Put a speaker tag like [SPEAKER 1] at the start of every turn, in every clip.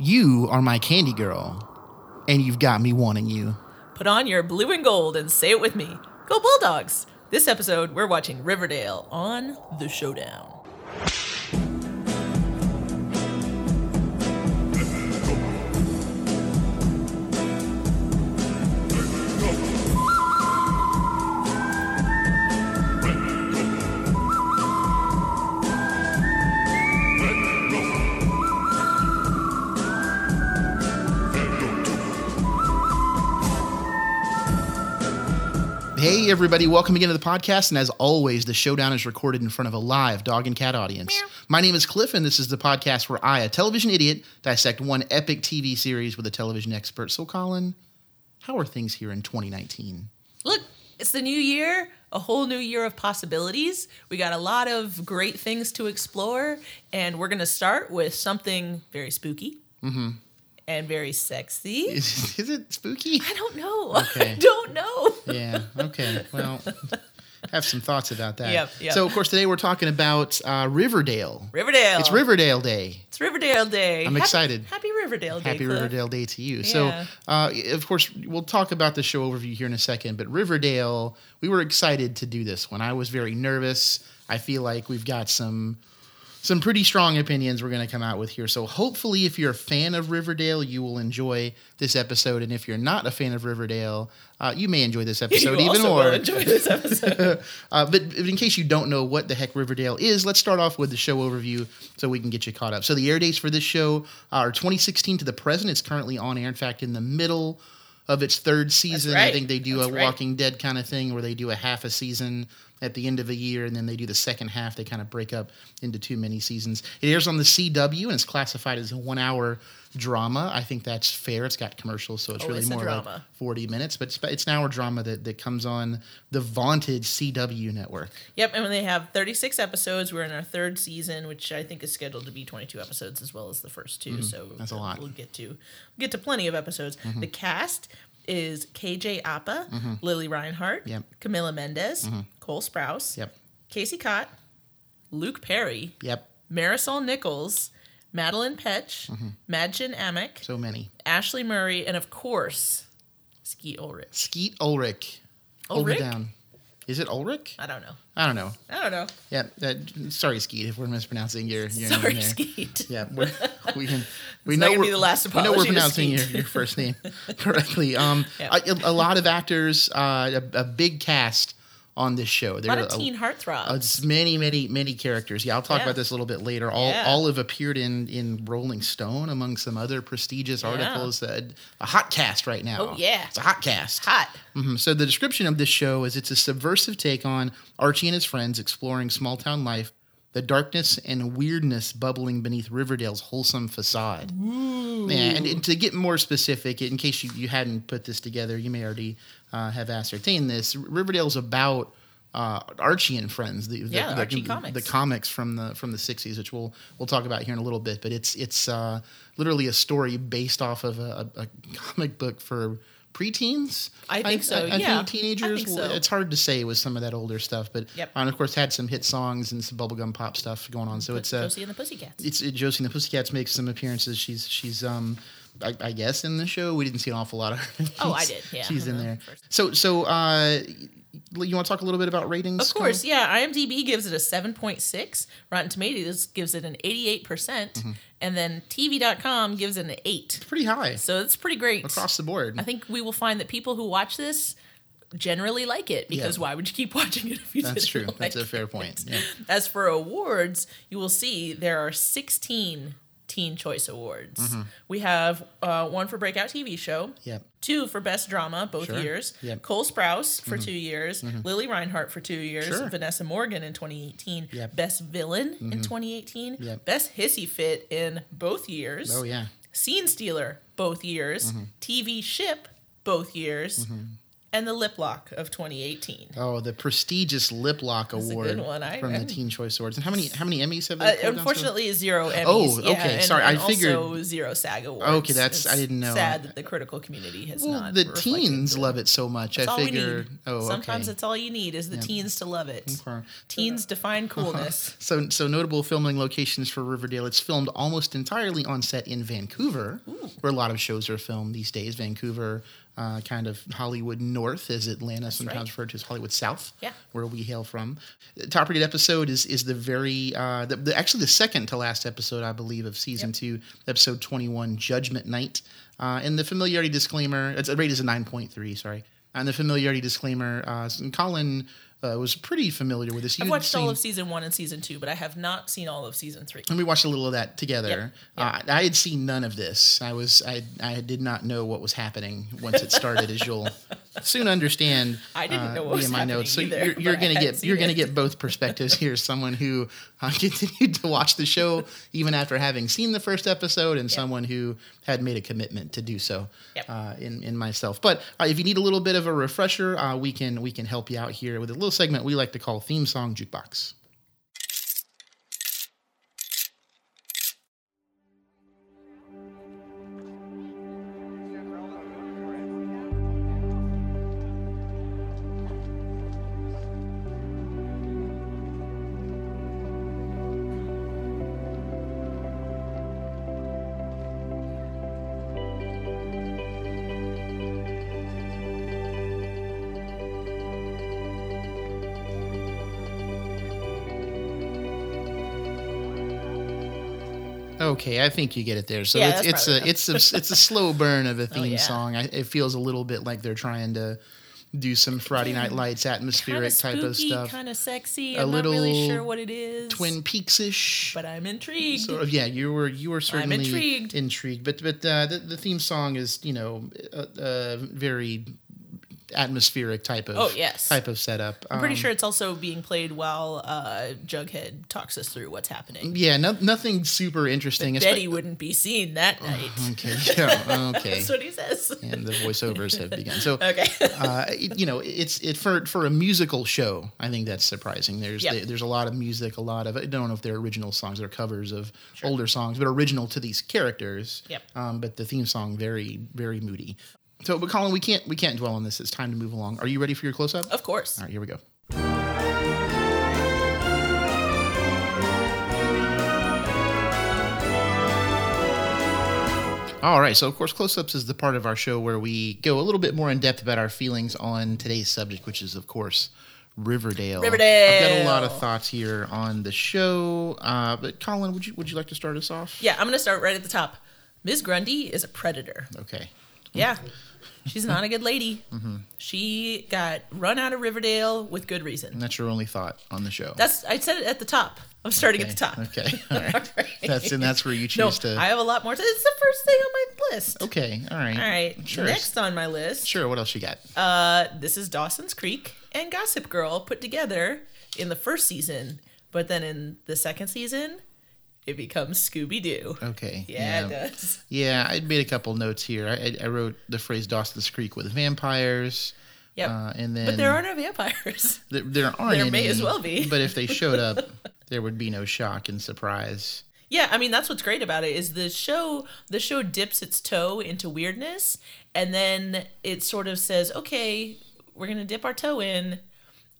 [SPEAKER 1] You are my candy girl, and you've got me wanting you.
[SPEAKER 2] Put on your blue and gold and say it with me. Go Bulldogs! This episode, we're watching Riverdale on The Showdown.
[SPEAKER 1] Hey, everybody, welcome again to the podcast. And as always, the showdown is recorded in front of a live dog and cat audience. My name is Cliff, and this is the podcast where I, a television idiot, dissect one epic TV series with a television expert. So, Colin, how are things here in 2019?
[SPEAKER 2] Look, it's the new year, a whole new year of possibilities. We got a lot of great things to explore, and we're going to start with something very spooky and very sexy.
[SPEAKER 1] Is, is Mm-hmm. it spooky?
[SPEAKER 2] I don't know.
[SPEAKER 1] Okay.
[SPEAKER 2] I don't know.
[SPEAKER 1] Yeah. Okay. Well, have some thoughts about that.
[SPEAKER 2] Yep, yep.
[SPEAKER 1] So, of course, today we're talking about uh, Riverdale.
[SPEAKER 2] Riverdale.
[SPEAKER 1] It's Riverdale Day.
[SPEAKER 2] It's Riverdale Day.
[SPEAKER 1] I'm
[SPEAKER 2] Happy-
[SPEAKER 1] excited.
[SPEAKER 2] Happy Riverdale Day.
[SPEAKER 1] Happy
[SPEAKER 2] Cliff.
[SPEAKER 1] Riverdale Day to you.
[SPEAKER 2] Yeah.
[SPEAKER 1] So, uh, of course, we'll talk about the show overview here in a second, but Riverdale, we were excited to do this one. I was very nervous. I feel like we've got some some pretty strong opinions we're going to come out with here. So, hopefully, if you're a fan of Riverdale, you will enjoy this episode. And if you're not a fan of Riverdale, uh, you may enjoy this
[SPEAKER 2] You
[SPEAKER 1] episode even
[SPEAKER 2] also
[SPEAKER 1] more.
[SPEAKER 2] will enjoy this episode.
[SPEAKER 1] Uh, but in case you don't know what the heck Riverdale is, let's start off with the show overview so we can get you caught up. So the air dates for this show are 2016 to the present. It's currently on air. In fact, in the middle of its third season, I
[SPEAKER 2] right.
[SPEAKER 1] think they do
[SPEAKER 2] That's
[SPEAKER 1] a
[SPEAKER 2] right.
[SPEAKER 1] Walking Dead kind of thing where they do a half a season at the end of a year, and then they do the second half. They kind of break up into two mini seasons. It airs on the CW and it's classified as a one-hour drama. I think that's fair. It's got commercials, so it's
[SPEAKER 2] Oh,
[SPEAKER 1] really
[SPEAKER 2] it's a
[SPEAKER 1] more like
[SPEAKER 2] drama.
[SPEAKER 1] 40 minutes, but it's, it's an hour drama that, that comes on the vaunted CW network.
[SPEAKER 2] Yep, and when they have 36 episodes, we're in our third season, which I think is scheduled to be 22 episodes as well as the first two. so
[SPEAKER 1] Mm-hmm. that's a lot. Mm-hmm.
[SPEAKER 2] We'll get to we'll get to plenty of episodes. The cast is KJ Appa, Lily Reinhart,
[SPEAKER 1] Yep. Mm-hmm.
[SPEAKER 2] Camilla Mendez, Cole Sprouse,
[SPEAKER 1] Yep.
[SPEAKER 2] Casey Cott, Luke Perry,
[SPEAKER 1] Yep.
[SPEAKER 2] Marisol Nichols, Madeline Petch, Madgen Amick,
[SPEAKER 1] Mm-hmm. So many.
[SPEAKER 2] Ashley Murray, and of course, Ski Ulrich.
[SPEAKER 1] Skeet Ulrich. Hold me
[SPEAKER 2] Ulrich?
[SPEAKER 1] down. Is it Ulrich?
[SPEAKER 2] I don't know.
[SPEAKER 1] I don't know.
[SPEAKER 2] I don't know.
[SPEAKER 1] Yeah. That, sorry, Skeet, if we're mispronouncing your, your
[SPEAKER 2] Sorry,
[SPEAKER 1] name there.
[SPEAKER 2] Skeet.
[SPEAKER 1] Yeah, we're, we can. We
[SPEAKER 2] It's
[SPEAKER 1] know
[SPEAKER 2] not gonna
[SPEAKER 1] we're,
[SPEAKER 2] be the last
[SPEAKER 1] we know we're
[SPEAKER 2] apology to
[SPEAKER 1] pronouncing your,
[SPEAKER 2] Skeet.
[SPEAKER 1] your first name correctly. Um,
[SPEAKER 2] Yeah.
[SPEAKER 1] a, a lot of actors, uh, a, a big cast on this show. There
[SPEAKER 2] A lot
[SPEAKER 1] are
[SPEAKER 2] of teen heartthrobs.
[SPEAKER 1] It's many, many, many characters. Yeah, I'll talk
[SPEAKER 2] Yeah.
[SPEAKER 1] about this a little bit later. All
[SPEAKER 2] Yeah.
[SPEAKER 1] all have appeared in in Rolling Stone among some other prestigious articles. That a hot cast right now.
[SPEAKER 2] Oh, yeah.
[SPEAKER 1] it's a hot cast.
[SPEAKER 2] Hot.
[SPEAKER 1] Mhm. So the description of this show is it's a subversive take on Archie and his friends exploring small town life, the darkness and weirdness bubbling beneath Riverdale's wholesome facade. Yeah, and, and to get more specific, in case you, you hadn't put this together, you may already uh, have ascertained this. Riverdale's about uh, Archie and Friends, the, the,
[SPEAKER 2] Yeah,
[SPEAKER 1] the-
[SPEAKER 2] Archie
[SPEAKER 1] the-
[SPEAKER 2] comics.
[SPEAKER 1] the comics from the from the '60s, which we'll we'll talk about here in a little bit. But it's it's uh, literally a story based off of a, a, a comic book for preteens.
[SPEAKER 2] I think so,
[SPEAKER 1] I,
[SPEAKER 2] yeah.
[SPEAKER 1] think teenagers.
[SPEAKER 2] I think so.
[SPEAKER 1] It's hard to say with some of that older stuff, but
[SPEAKER 2] Yep.
[SPEAKER 1] and of course had some hit songs and some bubblegum pop stuff going on. So it's a
[SPEAKER 2] Josie and the Pussycats.
[SPEAKER 1] it's uh, Josie and the Pussycats makes some appearances. She's she's um I, I guess in the show we didn't see an awful lot of her.
[SPEAKER 2] Oh, I
[SPEAKER 1] She's-
[SPEAKER 2] did, yeah.
[SPEAKER 1] she's in
[SPEAKER 2] Mhm.
[SPEAKER 1] there.
[SPEAKER 2] First.
[SPEAKER 1] So so uh, you want to talk a little bit about ratings?
[SPEAKER 2] Of course, yeah. IMDb gives it a 7.6. Rotten Tomatoes gives it an 88%. percent
[SPEAKER 1] Mm-hmm.
[SPEAKER 2] And then TV.com gives it an 8.
[SPEAKER 1] pretty high
[SPEAKER 2] So it's pretty great.
[SPEAKER 1] across the board.
[SPEAKER 2] I think we will find that people who watch this generally like it because
[SPEAKER 1] Yeah.
[SPEAKER 2] why would you keep watching it if you
[SPEAKER 1] That's
[SPEAKER 2] didn't
[SPEAKER 1] true.
[SPEAKER 2] like
[SPEAKER 1] That's a
[SPEAKER 2] it?
[SPEAKER 1] fair point. Yeah.
[SPEAKER 2] As for awards, you will see there are 16 Teen Choice Awards.
[SPEAKER 1] Mm-hmm.
[SPEAKER 2] We have uh, one for Breakout TV Show,
[SPEAKER 1] Yep.
[SPEAKER 2] two for Best Drama both
[SPEAKER 1] Sure.
[SPEAKER 2] years,
[SPEAKER 1] Yep.
[SPEAKER 2] Cole Sprouse for two years, Lily Reinhart for two years,
[SPEAKER 1] Sure.
[SPEAKER 2] Vanessa Morgan in 2018,
[SPEAKER 1] Yep. Mm-hmm.
[SPEAKER 2] Best Villain in 2018,
[SPEAKER 1] Yep.
[SPEAKER 2] Best Hissy Fit in both years,
[SPEAKER 1] Oh yeah. Mm-hmm.
[SPEAKER 2] Scene Stealer both years, TV Ship both years, and the Lip Lock of 2018.
[SPEAKER 1] Oh, the prestigious Lip Lock
[SPEAKER 2] a
[SPEAKER 1] Award
[SPEAKER 2] good one, I
[SPEAKER 1] from
[SPEAKER 2] reckon.
[SPEAKER 1] the Teen Choice Awards. And how many how many Emmys have they?
[SPEAKER 2] Uh,
[SPEAKER 1] pulled down so-
[SPEAKER 2] unfortunately, zero Emmys.
[SPEAKER 1] Oh,
[SPEAKER 2] yeah,
[SPEAKER 1] okay,
[SPEAKER 2] and-
[SPEAKER 1] sorry, I
[SPEAKER 2] and also
[SPEAKER 1] figured-
[SPEAKER 2] zero SAG awards.
[SPEAKER 1] Okay, that's-
[SPEAKER 2] It's
[SPEAKER 1] I didn't know.
[SPEAKER 2] Sad that the critical community has
[SPEAKER 1] Well,
[SPEAKER 2] not.
[SPEAKER 1] the
[SPEAKER 2] reflected
[SPEAKER 1] teens
[SPEAKER 2] that.
[SPEAKER 1] love it so much.
[SPEAKER 2] That's
[SPEAKER 1] I
[SPEAKER 2] all we
[SPEAKER 1] figure.
[SPEAKER 2] need.
[SPEAKER 1] Oh,
[SPEAKER 2] Sometimes
[SPEAKER 1] okay.
[SPEAKER 2] it's all you need is the teens to love it.
[SPEAKER 1] Okay. Uh-huh.
[SPEAKER 2] Teens define coolness.
[SPEAKER 1] So, so notable filming locations for Riverdale. It's filmed almost entirely on set in Vancouver, where a lot of shows are filmed these days. Vancouver, uh, kind of Hollywood North, as Atlanta sometimes
[SPEAKER 2] right.
[SPEAKER 1] referred to as Hollywood South,
[SPEAKER 2] Yeah.
[SPEAKER 1] where we hail from. The top-rated episode is is the very, uh, the, the, actually the second to last episode, I believe, of season two, episode twenty-one, Judgment Night. Uh, and the familiarity disclaimer. It's, the rate is a nine point three. Sorry. And the familiarity disclaimer. Uh, Colin uh, was pretty familiar with this.
[SPEAKER 2] I've
[SPEAKER 1] You'd
[SPEAKER 2] watched all
[SPEAKER 1] seen-
[SPEAKER 2] of season one and season two, but I have not seen all of season three.
[SPEAKER 1] and we watched a little of that together. Uh, I had seen none of this. I was I I did not know what was happening once it started, as you'll soon understand. uh,
[SPEAKER 2] I didn't know what was
[SPEAKER 1] in
[SPEAKER 2] happening
[SPEAKER 1] So
[SPEAKER 2] either,
[SPEAKER 1] you're, you're
[SPEAKER 2] but I
[SPEAKER 1] gonna
[SPEAKER 2] hadn't
[SPEAKER 1] get
[SPEAKER 2] seen
[SPEAKER 1] you're gonna
[SPEAKER 2] it.
[SPEAKER 1] get both perspectives here. Someone who uh, continued to watch the show even after having seen the first episode, and someone who had made a commitment to do so.
[SPEAKER 2] Yep.
[SPEAKER 1] Uh, in in myself, but uh, if you need a little bit of a refresher, uh, we can we can help you out here with a little segment we like to call theme song jukebox. Okay, I think you get it there. So
[SPEAKER 2] Yeah,
[SPEAKER 1] it's
[SPEAKER 2] that's
[SPEAKER 1] it's
[SPEAKER 2] probably Oh,
[SPEAKER 1] a it's a it's a slow burn of a theme
[SPEAKER 2] yeah.
[SPEAKER 1] song. I, it feels a little bit like they're trying to do some Friday Night Lights
[SPEAKER 2] Kind
[SPEAKER 1] atmospheric
[SPEAKER 2] of spooky,
[SPEAKER 1] type of stuff,
[SPEAKER 2] kind of sexy.
[SPEAKER 1] A
[SPEAKER 2] I'm not really
[SPEAKER 1] little
[SPEAKER 2] sure what it is.
[SPEAKER 1] Twin Peaks ish.
[SPEAKER 2] but I'm intrigued.
[SPEAKER 1] Sort of, yeah. You were you were certainly
[SPEAKER 2] intrigued.
[SPEAKER 1] intrigued, but but uh, the, the theme song is you know a, a very atmospheric type of
[SPEAKER 2] Oh, yes.
[SPEAKER 1] type of setup. Um,
[SPEAKER 2] I'm pretty sure it's also being played while uh, Jughead talks us through what's happening.
[SPEAKER 1] Yeah, no, nothing super interesting. espe-
[SPEAKER 2] Betty wouldn't be seen that
[SPEAKER 1] Uh-huh.
[SPEAKER 2] night.
[SPEAKER 1] Okay. Yeah. Okay.
[SPEAKER 2] That's what he says.
[SPEAKER 1] and the voiceovers have begun. So
[SPEAKER 2] Okay.
[SPEAKER 1] uh, it- you know, it's it for for a musical show. I think that's surprising. There's
[SPEAKER 2] Yep.
[SPEAKER 1] there- there's a lot of music, a lot of I don't know if they're original songs, they're covers of older songs, but original to these characters.
[SPEAKER 2] Yep.
[SPEAKER 1] Um, but the theme song very very moody. So, but Colin, we can't we can't dwell on this. It's time to move along. Are you ready for your close up?
[SPEAKER 2] Of course.
[SPEAKER 1] All right, here we go. All right, so of course, close ups is the part of our show where we go a little bit more in depth about our feelings on today's subject, which is, of course, Riverdale. I've got a
[SPEAKER 2] Riverdale.
[SPEAKER 1] lot of thoughts here on the show, uh, but Colin, would you would you like to start us off?
[SPEAKER 2] Yeah, I'm going to start right at the top. Ms. Grundy is a predator.
[SPEAKER 1] Okay.
[SPEAKER 2] Yeah. She's not a good lady. She got run out of Riverdale with good reason.
[SPEAKER 1] And that's your only thought on the show.
[SPEAKER 2] That's I said it at the top. I'm starting
[SPEAKER 1] okay.
[SPEAKER 2] at the top.
[SPEAKER 1] Okay. All right. That's and that's where you
[SPEAKER 2] No,
[SPEAKER 1] choose to.
[SPEAKER 2] I have a lot more. To, it's the first thing on my list.
[SPEAKER 1] okay. All right.
[SPEAKER 2] All right.
[SPEAKER 1] Oh. Sure.
[SPEAKER 2] Next on my list,
[SPEAKER 1] Sure. What else you got?
[SPEAKER 2] uh, this is Dawson's Creek and Gossip Girl put together in the first season, but then in the second season, it becomes Scooby Doo.
[SPEAKER 1] Okay.
[SPEAKER 2] Yeah,
[SPEAKER 1] Uh, Yeah.
[SPEAKER 2] it does.
[SPEAKER 1] Yeah, I made a couple notes here. I, I, I wrote the phrase Dawson's Creek with vampires.
[SPEAKER 2] Yep.
[SPEAKER 1] Uh, and then
[SPEAKER 2] but there are no vampires.
[SPEAKER 1] there, there aren't
[SPEAKER 2] there may
[SPEAKER 1] any,
[SPEAKER 2] as well be.
[SPEAKER 1] but if they showed up, there would be no shock and surprise.
[SPEAKER 2] Yeah, I mean that's what's great about it is the show the show dips its toe into weirdness and then it sort of says, "Okay, we're going to dip our toe in."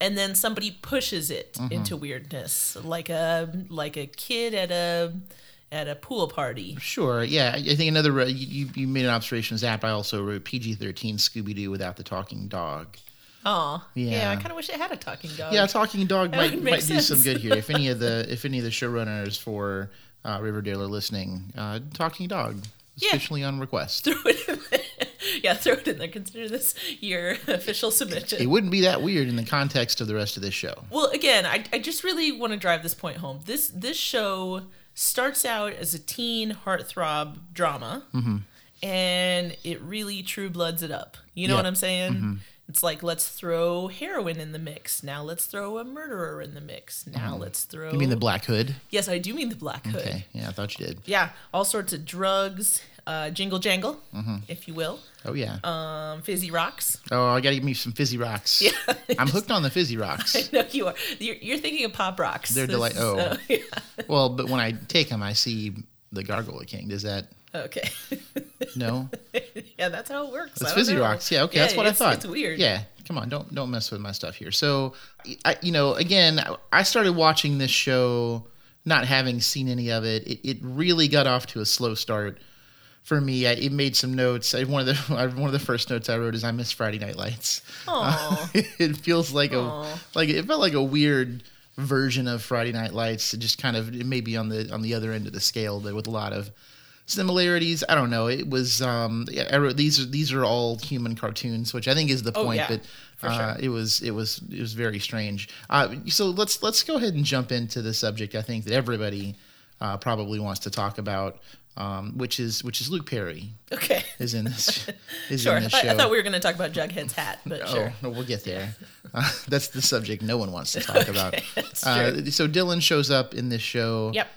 [SPEAKER 2] And then somebody pushes it into weirdness, like a like a kid at a at a pool party.
[SPEAKER 1] Sure. Yeah, I I think another uh, you, you- you made an observation, Zap. I also wrote PG thirteen Scooby Doo without the talking dog.
[SPEAKER 2] Oh, yeah.
[SPEAKER 1] Yeah.
[SPEAKER 2] I kind of wish it had a talking dog.
[SPEAKER 1] Yeah, talking dog might,
[SPEAKER 2] would
[SPEAKER 1] might
[SPEAKER 2] make
[SPEAKER 1] do some
[SPEAKER 2] sense.
[SPEAKER 1] good here. If any of the if any of the showrunners for uh, Riverdale are listening, uh, talking dog
[SPEAKER 2] Yeah.
[SPEAKER 1] officially on request.
[SPEAKER 2] throw it. In there. yeah, throw it in there. Consider this your official submission.
[SPEAKER 1] It wouldn't be that weird in the context of the rest of this show.
[SPEAKER 2] Well, again, I, I just really want to drive this point home. This this show starts out as a teen heartthrob drama,
[SPEAKER 1] Mm-hmm.
[SPEAKER 2] and it really true bloods it up. You know
[SPEAKER 1] Yeah. Mm-hmm.
[SPEAKER 2] what I'm saying? It's like let's throw heroin in the mix. Now let's throw a murderer in the mix. Now let's throw.
[SPEAKER 1] You Mm. mean the Black Hood?
[SPEAKER 2] Yes, I do mean the black hood.
[SPEAKER 1] Okay, yeah, I thought you did.
[SPEAKER 2] Yeah, all sorts of drugs. uh, Jingle Jangle,
[SPEAKER 1] Mm-hmm.
[SPEAKER 2] if you will,
[SPEAKER 1] Oh yeah.
[SPEAKER 2] um, Fizzy Rocks.
[SPEAKER 1] oh, I gotta give me some fizzy rocks. Yeah. I'm hooked on the fizzy rocks.
[SPEAKER 2] No, you are. You're, you're thinking of Pop Rocks.
[SPEAKER 1] They're
[SPEAKER 2] This
[SPEAKER 1] delight-
[SPEAKER 2] is-
[SPEAKER 1] oh.
[SPEAKER 2] uh, yeah.
[SPEAKER 1] well, but when I take them, I see the Gargoyle King. Does that
[SPEAKER 2] Okay.
[SPEAKER 1] no?
[SPEAKER 2] yeah, that's how it works. I
[SPEAKER 1] It's
[SPEAKER 2] don't
[SPEAKER 1] fizzy
[SPEAKER 2] know.
[SPEAKER 1] rocks. Yeah, okay, that's what I
[SPEAKER 2] it's-
[SPEAKER 1] thought.
[SPEAKER 2] It's weird.
[SPEAKER 1] Yeah, come on, don't don't mess with my stuff here. So, I, you know, again, I- I started watching this show, not having seen any of it. It, it really got off to a slow start for me. I, it made some notes. I, one of the I, one of the first notes I wrote is I miss Friday Night Lights.
[SPEAKER 2] Aw.
[SPEAKER 1] it feels like
[SPEAKER 2] Aw.
[SPEAKER 1] a like it felt like a weird version of Friday Night Lights. It just kind of it may be on the on the other end of the scale, but with a lot of similarities. I don't know. It was um yeah, I wrote these are these are all human cartoons, which I think is the
[SPEAKER 2] Oh,
[SPEAKER 1] point.
[SPEAKER 2] yeah,
[SPEAKER 1] But
[SPEAKER 2] for
[SPEAKER 1] uh,
[SPEAKER 2] sure.
[SPEAKER 1] it was it was it was very strange. Uh, so let's let's go ahead and jump into the subject. I think that everybody uh, probably wants to talk about, um, which is which is Luke Perry
[SPEAKER 2] Okay.
[SPEAKER 1] is in this is
[SPEAKER 2] Sure.
[SPEAKER 1] in
[SPEAKER 2] I,
[SPEAKER 1] this show.
[SPEAKER 2] I thought we were going to talk about Jughead's hat, but
[SPEAKER 1] Oh,
[SPEAKER 2] sure.
[SPEAKER 1] no, we'll get there. Uh, that's the subject no one wants to talk about.
[SPEAKER 2] that's
[SPEAKER 1] Uh, so Dylan shows up in this show.
[SPEAKER 2] Yep.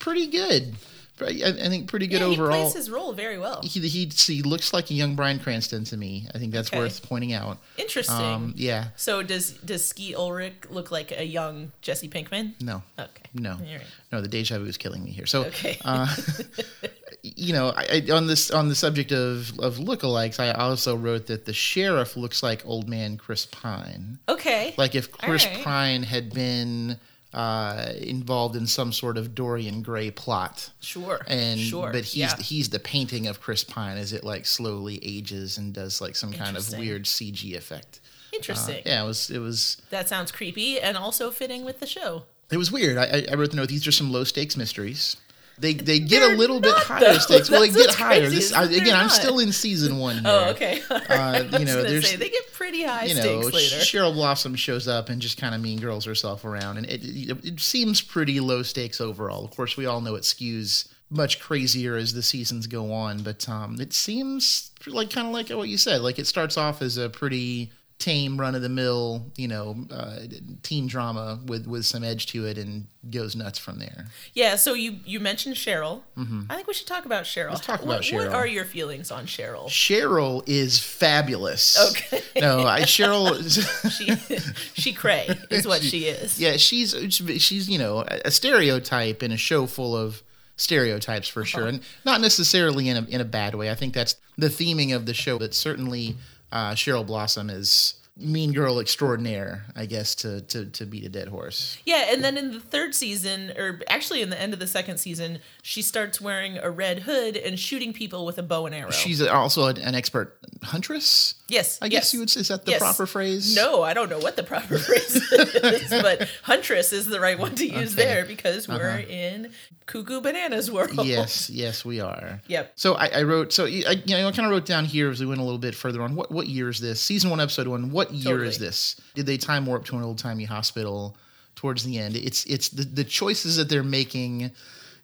[SPEAKER 1] Pretty good. Pre- I, I think pretty good
[SPEAKER 2] Yeah, He
[SPEAKER 1] overall.
[SPEAKER 2] plays his role very well.
[SPEAKER 1] He, he, he looks like a young Brian Cranston to me. I think that's
[SPEAKER 2] Okay.
[SPEAKER 1] worth pointing out.
[SPEAKER 2] Interesting.
[SPEAKER 1] Um, yeah.
[SPEAKER 2] so does does Ski Ulrich look like a young Jesse Pinkman?
[SPEAKER 1] No.
[SPEAKER 2] Okay.
[SPEAKER 1] No.
[SPEAKER 2] All right.
[SPEAKER 1] No, the deja vu is killing me here. So uh,
[SPEAKER 2] Okay.
[SPEAKER 1] you know, I, I, on this on the subject of of lookalikes, I also wrote that the sheriff looks like old man Chris Pine.
[SPEAKER 2] okay.
[SPEAKER 1] Like if Chris
[SPEAKER 2] Alright.
[SPEAKER 1] Pine had been uh, involved in some sort of Dorian Gray plot,
[SPEAKER 2] sure.
[SPEAKER 1] and
[SPEAKER 2] sure.
[SPEAKER 1] but he's
[SPEAKER 2] yeah.
[SPEAKER 1] he's the painting of Chris Pine as it like slowly ages and does like some kind of
[SPEAKER 2] Interesting.
[SPEAKER 1] weird CG effect.
[SPEAKER 2] interesting.
[SPEAKER 1] uh, Yeah, it was it was
[SPEAKER 2] That sounds creepy and also fitting with the show.
[SPEAKER 1] it was weird. I, I- I wrote the note. These are some low stakes mysteries. They, they get a
[SPEAKER 2] They're
[SPEAKER 1] little bit
[SPEAKER 2] not,
[SPEAKER 1] higher
[SPEAKER 2] though.
[SPEAKER 1] stakes. Well, they
[SPEAKER 2] That's
[SPEAKER 1] get
[SPEAKER 2] what's
[SPEAKER 1] higher.
[SPEAKER 2] crazy
[SPEAKER 1] This
[SPEAKER 2] is
[SPEAKER 1] I,
[SPEAKER 2] that they're
[SPEAKER 1] again, I'm
[SPEAKER 2] not.
[SPEAKER 1] still in season one. Here.
[SPEAKER 2] Oh, okay.
[SPEAKER 1] Uh, you
[SPEAKER 2] you
[SPEAKER 1] know,
[SPEAKER 2] know,
[SPEAKER 1] there's
[SPEAKER 2] say, they get pretty high
[SPEAKER 1] you know,
[SPEAKER 2] stakes later.
[SPEAKER 1] Sh- Cheryl Blossom shows up and just kind of mean girls herself around, and it, it, it seems pretty low stakes overall. Of course, we all know it skews much crazier as the seasons go on, but um, it seems like kind of like what you said. Like it starts off as a pretty tame, run of the mill, you know, uh, teen drama with with some edge to it, and goes nuts from there.
[SPEAKER 2] yeah. So you you mentioned Cheryl. I think we should talk about Cheryl.
[SPEAKER 1] Mm-hmm. Let's talk
[SPEAKER 2] What-
[SPEAKER 1] about Cheryl.
[SPEAKER 2] What are your feelings on Cheryl?
[SPEAKER 1] Cheryl is fabulous.
[SPEAKER 2] Okay.
[SPEAKER 1] No, I, Cheryl. Is,
[SPEAKER 2] She she cray is what she is.
[SPEAKER 1] Yeah, she's she's you know a a stereotype in a show full of stereotypes for sure,
[SPEAKER 2] Uh-huh.
[SPEAKER 1] and not necessarily in a in a bad way. I think that's the theming of the show, but certainly uh, Cheryl Blossom is mean girl extraordinaire. I guess to to to beat a dead horse.
[SPEAKER 2] Yeah, and then in the third season, or actually in the end of the second season, she starts wearing a red hood and shooting people with a bow and arrow.
[SPEAKER 1] She's also an, an expert huntress.
[SPEAKER 2] yes,
[SPEAKER 1] I guess
[SPEAKER 2] yes.
[SPEAKER 1] you would say is that the
[SPEAKER 2] Yes.
[SPEAKER 1] proper phrase.
[SPEAKER 2] No, I don't know what the proper phrase is, but huntress is the right one to use
[SPEAKER 1] Okay. Uh-huh.
[SPEAKER 2] there because we're in cuckoo bananas world.
[SPEAKER 1] Yes, yes, we are.
[SPEAKER 2] Yep.
[SPEAKER 1] So I, I wrote. So I, you know, I kind of wrote down here as we went a little bit further on. What what year is this? Season one, episode one. What year
[SPEAKER 2] Totally.
[SPEAKER 1] is this? Did they time warp to an old timey hospital towards the end? It's it's the, the choices that they're making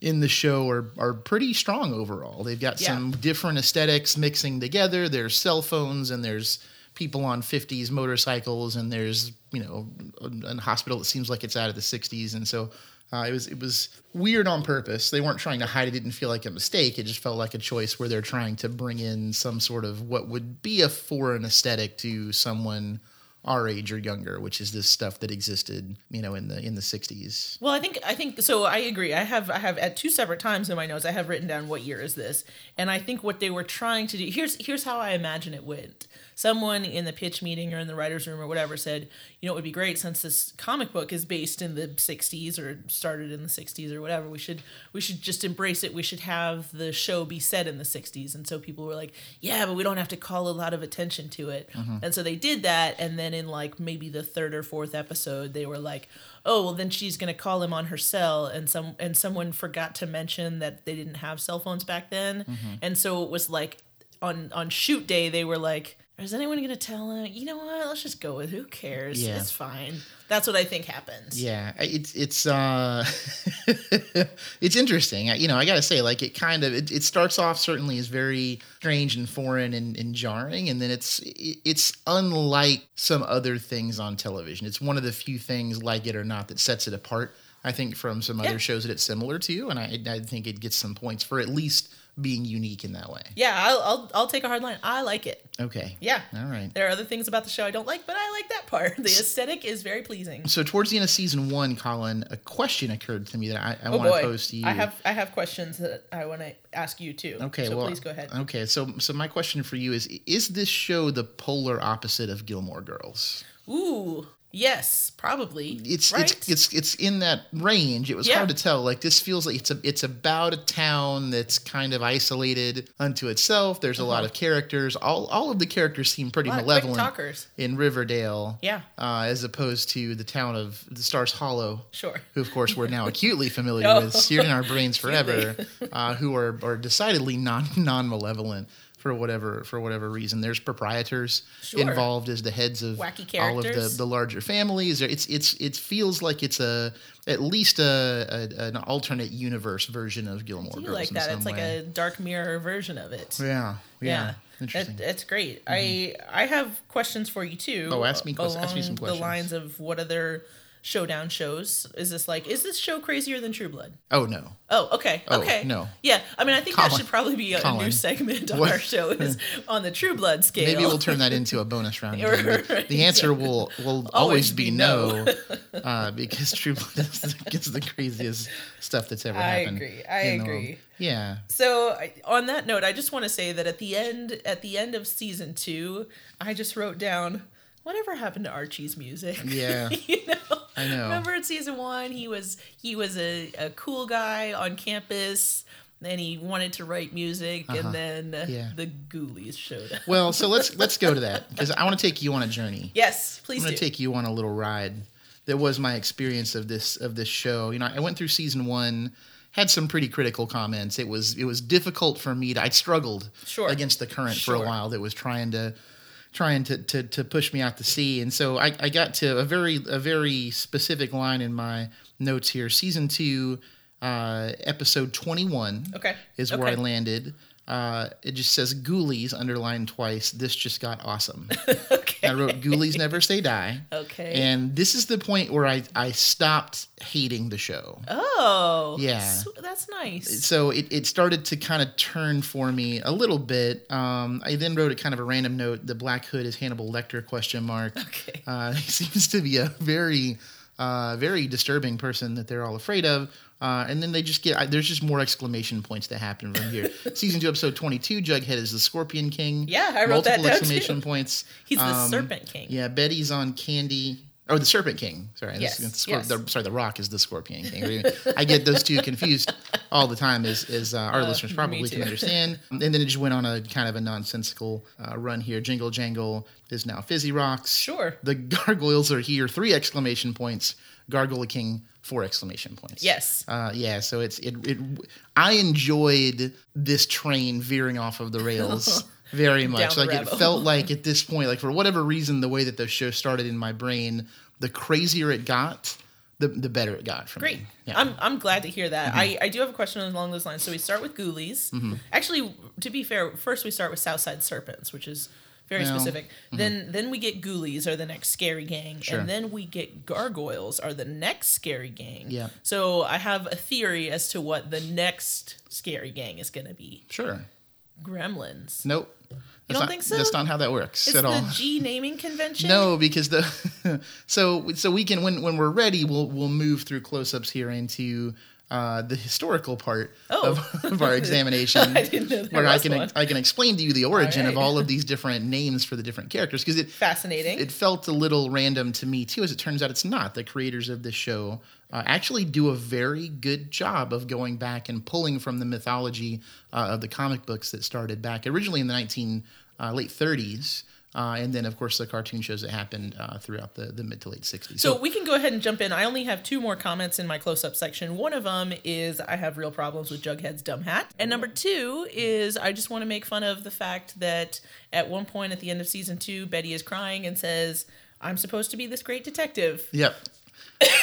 [SPEAKER 1] in the show are are pretty strong overall. They've got
[SPEAKER 2] Yeah.
[SPEAKER 1] some different aesthetics mixing together. There's cell phones and there's people on 50s motorcycles and there's you know a, a hospital that seems like it's out of the 60s and so uh, it was it was weird on purpose. They weren't trying to hide it. It didn't feel like a mistake. It just felt like a choice where they're trying to bring in some sort of what would be a foreign aesthetic to someone our age or younger, which is this stuff that existed, you know, in the in the 60s.
[SPEAKER 2] Well, I think I think so. I agree. I have I have at two separate times in my notes. I have written down what year is this, and I think what they were trying to do here's here's how I imagine it went. Someone in the pitch meeting or in the writers' room or whatever said, you know, it would be great since this comic book is based in the '60s or started in the '60s or whatever. We should we should just embrace it. We should have the show be set in the '60s, and so people were like, yeah, but we don't have to call a lot of attention to it.
[SPEAKER 1] Mm-hmm.
[SPEAKER 2] And so they did that, and then in like maybe the third or fourth episode, they were like oh well then she's going to call him on her cell and some and someone forgot to mention that they didn't have cell phones back then
[SPEAKER 1] Mm-hmm.
[SPEAKER 2] and so it was like on on shoot day they were like is anyone going to tell him you know what let's just go with who cares
[SPEAKER 1] Yeah.
[SPEAKER 2] it's fine that's what i think happens
[SPEAKER 1] Yeah, I- it's it's uh, it's interesting. I, you know, I gotta say, like, it kind of it, it starts off certainly as very strange and foreign and, and jarring, and then it's it, it's unlike some other things on television. It's one of the few things, like it or not, that sets it apart. I think, from some
[SPEAKER 2] Yeah.
[SPEAKER 1] other shows that it's similar to, and I, I think it gets some points for at least being unique in that way.
[SPEAKER 2] Yeah, I'll, I'll I'll take a hard line. I like it.
[SPEAKER 1] Okay.
[SPEAKER 2] Yeah.
[SPEAKER 1] All right.
[SPEAKER 2] There are other things about the show I don't like, but I like that part. The aesthetic is very pleasing.
[SPEAKER 1] So towards the end of season one, Colin, a question occurred to me that I, I
[SPEAKER 2] Oh
[SPEAKER 1] want
[SPEAKER 2] boy,
[SPEAKER 1] to pose to you.
[SPEAKER 2] I have I have questions that I want to ask you too.
[SPEAKER 1] Okay,
[SPEAKER 2] so
[SPEAKER 1] well,
[SPEAKER 2] please go ahead.
[SPEAKER 1] Okay, so so my question for you is: Is this show the polar opposite of Gilmore Girls?
[SPEAKER 2] Ooh, yes, probably.
[SPEAKER 1] uh, It's
[SPEAKER 2] right.
[SPEAKER 1] it's it's it's in that range. It was
[SPEAKER 2] Yeah.
[SPEAKER 1] hard to tell. Like this feels like it's a it's about a town that's kind of isolated unto itself. There's a lot of characters. All all of the characters seem pretty
[SPEAKER 2] Uh-huh. A lot of quick
[SPEAKER 1] malevolent
[SPEAKER 2] talkers.
[SPEAKER 1] in Riverdale.
[SPEAKER 2] Yeah.
[SPEAKER 1] uh, as opposed to the town of the Stars Hollow.
[SPEAKER 2] Sure.
[SPEAKER 1] who of course we're now acutely familiar
[SPEAKER 2] Oh.
[SPEAKER 1] with, seared in our brains forever, uh, who are, are decidedly non non malevolent for whatever for whatever reason. There's proprietors
[SPEAKER 2] Sure.
[SPEAKER 1] involved as the heads of
[SPEAKER 2] Wacky
[SPEAKER 1] all of the,
[SPEAKER 2] characters.
[SPEAKER 1] the larger families. There- It's it's it feels like it's a at least a, a an alternate universe version of Gilmore
[SPEAKER 2] Do you
[SPEAKER 1] Girls
[SPEAKER 2] like
[SPEAKER 1] in
[SPEAKER 2] that?
[SPEAKER 1] some
[SPEAKER 2] It's like
[SPEAKER 1] way.
[SPEAKER 2] a dark mirror version of it.
[SPEAKER 1] yeah yeah, interesting. Mm-hmm.
[SPEAKER 2] That, that's great. I I have questions for you too.
[SPEAKER 1] Oh, ask me quest- ask me
[SPEAKER 2] along
[SPEAKER 1] some
[SPEAKER 2] The
[SPEAKER 1] questions.
[SPEAKER 2] lines of what other showdown shows is this like? Is this show crazier than True Blood?
[SPEAKER 1] oh no,
[SPEAKER 2] Oh, okay.
[SPEAKER 1] Oh,
[SPEAKER 2] okay.
[SPEAKER 1] no.
[SPEAKER 2] Yeah. I mean, I think that
[SPEAKER 1] Colin.
[SPEAKER 2] should probably be a, a new
[SPEAKER 1] Colin.
[SPEAKER 2] segment on
[SPEAKER 1] What?
[SPEAKER 2] our show is on the True Blood scale.
[SPEAKER 1] Maybe we'll turn that into a bonus round.
[SPEAKER 2] Right,
[SPEAKER 1] again, but the answer will will always,
[SPEAKER 2] be
[SPEAKER 1] be no, uh, because True Blood is, is the craziest stuff that's ever
[SPEAKER 2] I
[SPEAKER 1] happened.
[SPEAKER 2] agree. I
[SPEAKER 1] in the world.
[SPEAKER 2] agree.
[SPEAKER 1] Yeah.
[SPEAKER 2] So I- on that note, I just want to say that at the end at the end of season two, I just wrote down whatever happened to Archie's music.
[SPEAKER 1] Yeah.
[SPEAKER 2] you know.
[SPEAKER 1] I know.
[SPEAKER 2] Remember in season one, he was he was a, a cool guy on campus. And he wanted to write music, and then uh,
[SPEAKER 1] Uh-huh. Yeah.
[SPEAKER 2] the Ghoulies showed up.
[SPEAKER 1] Well, so let's let's go to that because I want to take you on a journey.
[SPEAKER 2] Yes, please
[SPEAKER 1] I'm
[SPEAKER 2] do.
[SPEAKER 1] going to take you on a little ride. That was my experience of this of this show. You know, I went through season one, had some pretty critical comments. It was it was difficult for me. To, I struggled
[SPEAKER 2] Sure.
[SPEAKER 1] against the current for
[SPEAKER 2] Sure.
[SPEAKER 1] a while. That was trying to trying to, to, to push me out to sea. And so I, I got to a very a very specific line in my notes here. Season two, uh, episode twenty one
[SPEAKER 2] okay,
[SPEAKER 1] is
[SPEAKER 2] okay.
[SPEAKER 1] where I landed. Uh, it just says Ghoulies underlined twice. This just got awesome.
[SPEAKER 2] Okay.
[SPEAKER 1] I wrote Ghoulies Never Say Die.
[SPEAKER 2] Okay.
[SPEAKER 1] And this is the point where I, I stopped hating the show.
[SPEAKER 2] Oh,
[SPEAKER 1] Yeah.
[SPEAKER 2] s- that's nice.
[SPEAKER 1] So it, it started to kind of turn for me a little bit. Um, I then wrote a kind of a random note. The Black Hood is Hannibal Lecter question mark.
[SPEAKER 2] Okay.
[SPEAKER 1] Uh, he seems to be a very, uh, very disturbing person that they're all afraid of. Uh, and then they just get I, there's just more exclamation points that happen from here. Season two, episode twenty-two. Jughead is the Scorpion King.
[SPEAKER 2] Yeah, I wrote that
[SPEAKER 1] multiple
[SPEAKER 2] down, too.
[SPEAKER 1] exclamation points.
[SPEAKER 2] He's the
[SPEAKER 1] Um,
[SPEAKER 2] Serpent King.
[SPEAKER 1] Yeah, Betty's on Candy. Oh, the Serpent King. Sorry,
[SPEAKER 2] Yes,
[SPEAKER 1] that's- that's
[SPEAKER 2] yes.
[SPEAKER 1] Scor- the- sorry, the Rock is the Scorpion King. I get those two confused all the time, as, as uh, our listeners probably
[SPEAKER 2] too.
[SPEAKER 1] can understand. And then it just went on a kind of a nonsensical uh, run here. Jingle Jangle is now Fizzy Rocks.
[SPEAKER 2] Sure.
[SPEAKER 1] The gargoyles are here. Three exclamation points. Gargoyle King. Four exclamation points.
[SPEAKER 2] Yes.
[SPEAKER 1] Uh, yeah. So it's it, it. I enjoyed this train veering off of the rails very much.
[SPEAKER 2] the
[SPEAKER 1] Like it
[SPEAKER 2] rabbit
[SPEAKER 1] felt like at this point, like for whatever reason, the way that the show started in my brain, the crazier it got, the the better it got for
[SPEAKER 2] Great.
[SPEAKER 1] me. Yeah. Mm-hmm.
[SPEAKER 2] I'm, I'm glad to hear that. I, I do have a question along those lines. So we start with Ghoulies. Actually, to be fair, first we start with Southside Serpents, which is very
[SPEAKER 1] No.
[SPEAKER 2] specific. Then then we get Ghoulies are the next scary gang,
[SPEAKER 1] mm-hmm. Sure.
[SPEAKER 2] and then we get Gargoyles are the next scary gang.
[SPEAKER 1] Yeah.
[SPEAKER 2] So I have a theory as to what the next scary gang is going to be.
[SPEAKER 1] sure.
[SPEAKER 2] Gremlins.
[SPEAKER 1] Nope. You
[SPEAKER 2] don't
[SPEAKER 1] not,
[SPEAKER 2] think so?
[SPEAKER 1] That's not how that works
[SPEAKER 2] It's
[SPEAKER 1] at all.
[SPEAKER 2] the G naming convention.
[SPEAKER 1] No, because the so so we can when when we're ready, we'll we'll move through close-ups here into uh, the historical part
[SPEAKER 2] Oh.
[SPEAKER 1] of, of our examination,
[SPEAKER 2] I didn't know there
[SPEAKER 1] where I
[SPEAKER 2] was
[SPEAKER 1] can
[SPEAKER 2] one.
[SPEAKER 1] I can explain to you the origin of
[SPEAKER 2] right.
[SPEAKER 1] all of these different names for the different characters because it
[SPEAKER 2] Fascinating.
[SPEAKER 1] it felt a little random to me too. As it turns out, it's not. The creators of this show uh, actually do a very good job of going back and pulling from the mythology uh, of the comic books that started back originally in the 19 uh, late 30s. Uh, and then, of course, the cartoon shows that happened uh, throughout the, the mid to late 60s.
[SPEAKER 2] So we can go ahead and jump in. I only have two more comments in my close up section. One of them is I have real problems with Jughead's dumb hat. And number two is I just want to make fun of the fact that at one point at the end of season two, Betty is crying and says, I'm supposed to be this great detective.
[SPEAKER 1] Yep.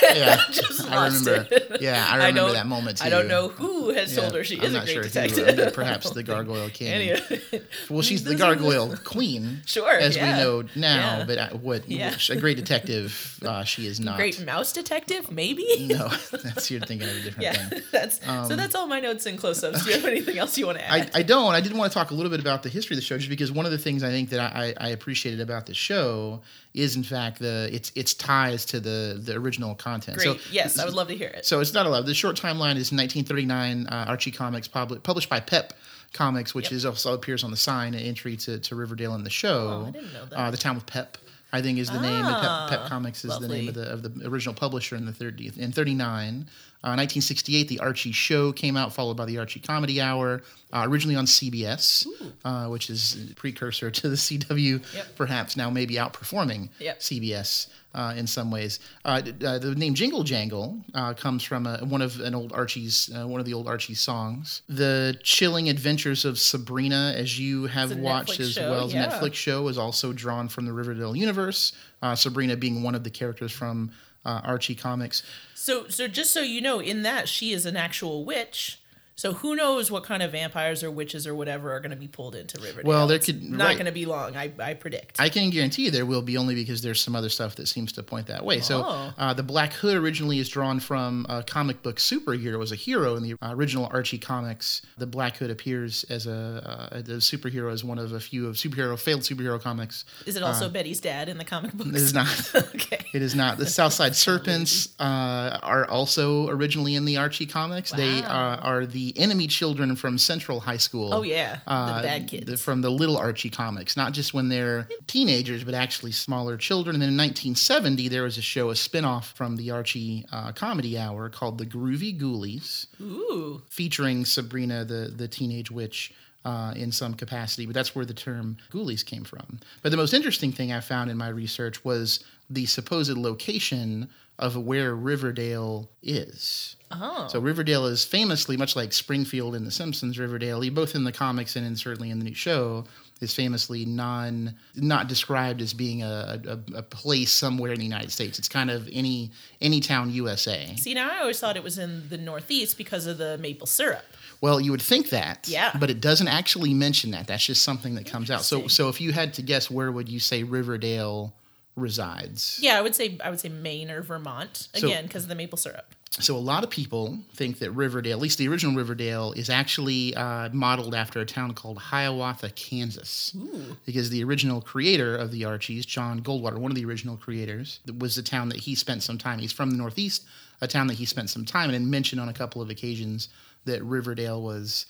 [SPEAKER 1] Yeah,
[SPEAKER 2] Just
[SPEAKER 1] I
[SPEAKER 2] lost
[SPEAKER 1] remember.
[SPEAKER 2] it.
[SPEAKER 1] Yeah, I
[SPEAKER 2] I
[SPEAKER 1] remember
[SPEAKER 2] don't-
[SPEAKER 1] that moment too.
[SPEAKER 2] I don't know who has told her she
[SPEAKER 1] I'm
[SPEAKER 2] is a
[SPEAKER 1] not
[SPEAKER 2] great
[SPEAKER 1] sure who, uh,
[SPEAKER 2] detective.
[SPEAKER 1] but perhaps the gargoyle king.
[SPEAKER 2] Anyway.
[SPEAKER 1] Well, she's the
[SPEAKER 2] Those are the-
[SPEAKER 1] gargoyle queen,
[SPEAKER 2] Sure,
[SPEAKER 1] as
[SPEAKER 2] yeah.
[SPEAKER 1] we know now.
[SPEAKER 2] Yeah.
[SPEAKER 1] But I, what
[SPEAKER 2] Yeah.
[SPEAKER 1] which- a great detective uh, she is not.
[SPEAKER 2] Great mouse detective, maybe.
[SPEAKER 1] No, that's you're thinking of a different
[SPEAKER 2] Yeah,
[SPEAKER 1] thing.
[SPEAKER 2] that's so. That's all my notes and close-ups. Do you have anything else you want to
[SPEAKER 1] Um, I,
[SPEAKER 2] add?
[SPEAKER 1] I don't. I did want to talk a little bit about the history of the show, just because one of the things I think that I, I I appreciated about the show is, in fact, the its its ties to the the original content.
[SPEAKER 2] Great.
[SPEAKER 1] So
[SPEAKER 2] yes, I would love to hear it.
[SPEAKER 1] So it's not allowed. The short timeline is 1939 uh, Archie Comics, publi- published by Pep Comics, which
[SPEAKER 2] Yep.
[SPEAKER 1] is also appears on the sign and entry to, to Riverdale in the show.
[SPEAKER 2] Oh, I didn't know that.
[SPEAKER 1] Uh, the town with Pep, I think, is the name. And Pep, Pep
[SPEAKER 2] Ah,
[SPEAKER 1] Comics is the name of
[SPEAKER 2] lovely.
[SPEAKER 1] the, of the original publisher in the 30th in 39. Uh, 1968, the Archie Show came out, followed by the Archie Comedy Hour, uh, originally on CBS, uh, which is a precursor to the CW,
[SPEAKER 2] Yep.
[SPEAKER 1] perhaps now maybe outperforming
[SPEAKER 2] Yep.
[SPEAKER 1] CBS uh, in some ways. Uh, d- uh, the name Jingle Jangle uh, comes from a, one of an old Archie's uh, one of the old Archie songs. The Chilling Adventures of Sabrina, as you have
[SPEAKER 2] It's a
[SPEAKER 1] watched
[SPEAKER 2] Netflix
[SPEAKER 1] as
[SPEAKER 2] show,
[SPEAKER 1] well, as
[SPEAKER 2] yeah.
[SPEAKER 1] Netflix show is also drawn from the Riverdale universe. Uh, Sabrina being one of the characters from uh, Archie comics.
[SPEAKER 2] So, so just so you know, in that she is an actual witch. So who knows what kind of vampires or witches or whatever are going to be pulled into Riverdale?
[SPEAKER 1] Well, there
[SPEAKER 2] It's
[SPEAKER 1] could-
[SPEAKER 2] not
[SPEAKER 1] right.
[SPEAKER 2] going to be long. I, I predict.
[SPEAKER 1] I can guarantee you there will be only because there's some other stuff that seems to point that way. So
[SPEAKER 2] Oh.
[SPEAKER 1] uh, the Black Hood originally is drawn from a comic book superhero as a hero in the original Archie comics. The Black Hood appears as a, uh, the superhero as one of a few of superhero failed superhero comics.
[SPEAKER 2] is it also Betty's dad in the comic books?
[SPEAKER 1] It uh, is not.
[SPEAKER 2] okay.
[SPEAKER 1] It is not. The Southside Serpents uh, are also originally in the Archie comics. They uh,
[SPEAKER 2] Wow.
[SPEAKER 1] are the enemy children from Central High School.
[SPEAKER 2] Oh yeah,
[SPEAKER 1] Uh,
[SPEAKER 2] the bad
[SPEAKER 1] th-
[SPEAKER 2] kids.
[SPEAKER 1] from the little Archie comics, not just when they're teenagers, but actually smaller children. And then in 1970, there was a show, a spinoff from the Archie uh, Comedy Hour called The Groovy Ghoulies,
[SPEAKER 2] Ooh,
[SPEAKER 1] featuring Sabrina, the, the teenage witch. Uh, in some capacity, but that's where the term ghoulies came from. But the most interesting thing I found in my research was the supposed location of where Riverdale is.
[SPEAKER 2] oh,
[SPEAKER 1] So Riverdale is famously, much like Springfield in The Simpsons, Riverdale, both in the comics and in, certainly in the new show, is famously non not described as being a, a, a place somewhere in the United States. It's kind of any any town USA.
[SPEAKER 2] see now I always thought it was in the Northeast because of the maple syrup.
[SPEAKER 1] Well, you would think that,
[SPEAKER 2] Yeah.
[SPEAKER 1] but it doesn't actually mention that. That's just something that comes out. So
[SPEAKER 2] Interesting.
[SPEAKER 1] so if you had to guess, where would you say Riverdale resides?
[SPEAKER 2] Yeah, I would say I would say Maine or Vermont
[SPEAKER 1] So-
[SPEAKER 2] again because of the maple syrup.
[SPEAKER 1] So a lot of people think that Riverdale, at least the original Riverdale, is actually uh, modeled after a town called Hiawatha, Kansas, because the original creator of the Archies, John Goldwater, one of the original creators, was the town that he spent some time. He's from the Northeast, a town that he spent some time in, and mentioned on a couple of occasions that Riverdale was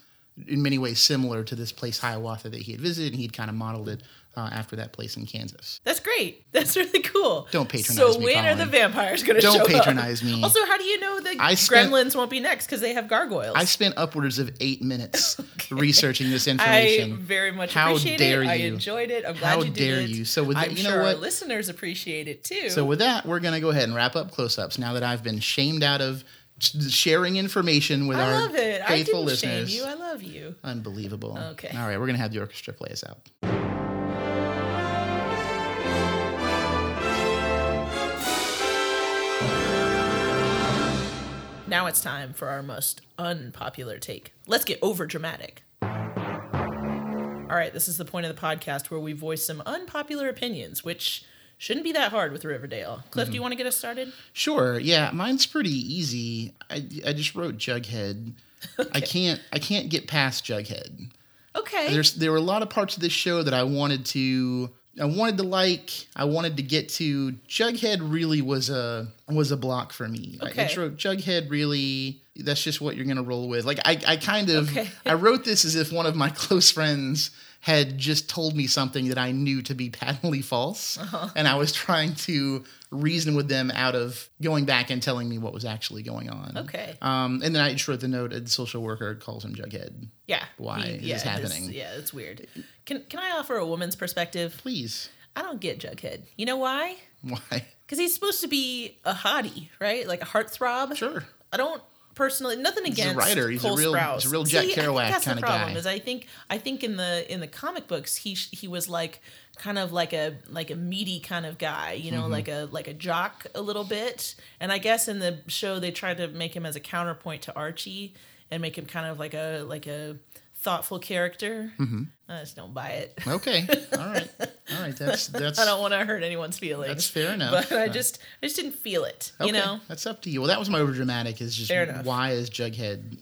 [SPEAKER 1] in many ways similar to this place Hiawatha that he had visited, and he'd kind of modeled it uh, after that place in Kansas.
[SPEAKER 2] That's great. That's really cool.
[SPEAKER 1] Don't patronize
[SPEAKER 2] So
[SPEAKER 1] me,
[SPEAKER 2] when are
[SPEAKER 1] Colin.
[SPEAKER 2] the vampires going to show
[SPEAKER 1] Don't
[SPEAKER 2] up?
[SPEAKER 1] patronize me.
[SPEAKER 2] Also, how do you know the
[SPEAKER 1] I spent-
[SPEAKER 2] gremlins won't be next because they have gargoyles?
[SPEAKER 1] I spent upwards of eight minutes researching this
[SPEAKER 2] I
[SPEAKER 1] information.
[SPEAKER 2] very much
[SPEAKER 1] How
[SPEAKER 2] appreciate
[SPEAKER 1] dare
[SPEAKER 2] it. I
[SPEAKER 1] you.
[SPEAKER 2] enjoyed it. I'm
[SPEAKER 1] How
[SPEAKER 2] glad you did
[SPEAKER 1] dare
[SPEAKER 2] it.
[SPEAKER 1] you. So with that-
[SPEAKER 2] I'm
[SPEAKER 1] you know
[SPEAKER 2] sure our
[SPEAKER 1] what?
[SPEAKER 2] listeners appreciate it too.
[SPEAKER 1] So with that, we're going to go ahead and wrap up close-ups. Now that I've been shamed out of sh- sharing information with
[SPEAKER 2] I
[SPEAKER 1] our
[SPEAKER 2] love it. I
[SPEAKER 1] faithful
[SPEAKER 2] didn't
[SPEAKER 1] listeners,
[SPEAKER 2] shame you. I love you.
[SPEAKER 1] unbelievable.
[SPEAKER 2] Okay.
[SPEAKER 1] All right, we're going to have the orchestra play us out.
[SPEAKER 2] Now it's time for our most unpopular take. Let's get over dramatic. All right, this is the point of the podcast where we voice some unpopular opinions, which shouldn't be that hard with Riverdale. Cliff,
[SPEAKER 1] Mm-hmm.
[SPEAKER 2] do you want to get us started?
[SPEAKER 1] Sure. Yeah, mine's pretty easy. I, I just wrote Jughead. I can't I can't get past Jughead.
[SPEAKER 2] Okay.
[SPEAKER 1] There's there were a lot of parts of this show that I wanted to I wanted to like. I wanted to get to. Jughead really was a was a block for me. I
[SPEAKER 2] Okay.
[SPEAKER 1] just wrote Jughead really. That's just what you're gonna roll with. Like I I kind of
[SPEAKER 2] Okay.
[SPEAKER 1] I wrote this as if one of my close friends had just told me something that I knew to be patently false,
[SPEAKER 2] Uh-huh.
[SPEAKER 1] and I was trying to reason with them out of going back and telling me what was actually going on.
[SPEAKER 2] Okay.
[SPEAKER 1] Um, and then I just wrote the note. A social worker calls him Jughead.
[SPEAKER 2] yeah.
[SPEAKER 1] Why is this happening?
[SPEAKER 2] yeah, it's weird. Can can I offer a woman's perspective?
[SPEAKER 1] Please,
[SPEAKER 2] I don't get Jughead. You know why?
[SPEAKER 1] why?
[SPEAKER 2] Because he's supposed to be a hottie, right? Like a heartthrob.
[SPEAKER 1] Sure.
[SPEAKER 2] I don't personally nothing
[SPEAKER 1] a
[SPEAKER 2] against
[SPEAKER 1] writer. He's a
[SPEAKER 2] Cole
[SPEAKER 1] real-
[SPEAKER 2] Sprouse.
[SPEAKER 1] he's a real Jack
[SPEAKER 2] See, I think
[SPEAKER 1] Kerouac
[SPEAKER 2] that's the
[SPEAKER 1] kinda
[SPEAKER 2] problem,
[SPEAKER 1] guy.
[SPEAKER 2] Is I think I think in the in the comic books he sh- he was like kind of like a like a meaty kind of guy, you know,
[SPEAKER 1] Mm-hmm.
[SPEAKER 2] like a like a jock a little bit. And I guess in the show they tried to make him as a counterpoint to Archie and make him kind of like a like a thoughtful character.
[SPEAKER 1] Mm-hmm.
[SPEAKER 2] I just don't buy it.
[SPEAKER 1] Okay. All right. All right. That's that's
[SPEAKER 2] I don't want to hurt anyone's feelings.
[SPEAKER 1] that's fair enough.
[SPEAKER 2] But I
[SPEAKER 1] Uh,
[SPEAKER 2] just I just didn't feel it, you
[SPEAKER 1] okay,
[SPEAKER 2] know.
[SPEAKER 1] that's up to you. Well, that was my overdramatic. Is just
[SPEAKER 2] Fair enough.
[SPEAKER 1] why is Jughead?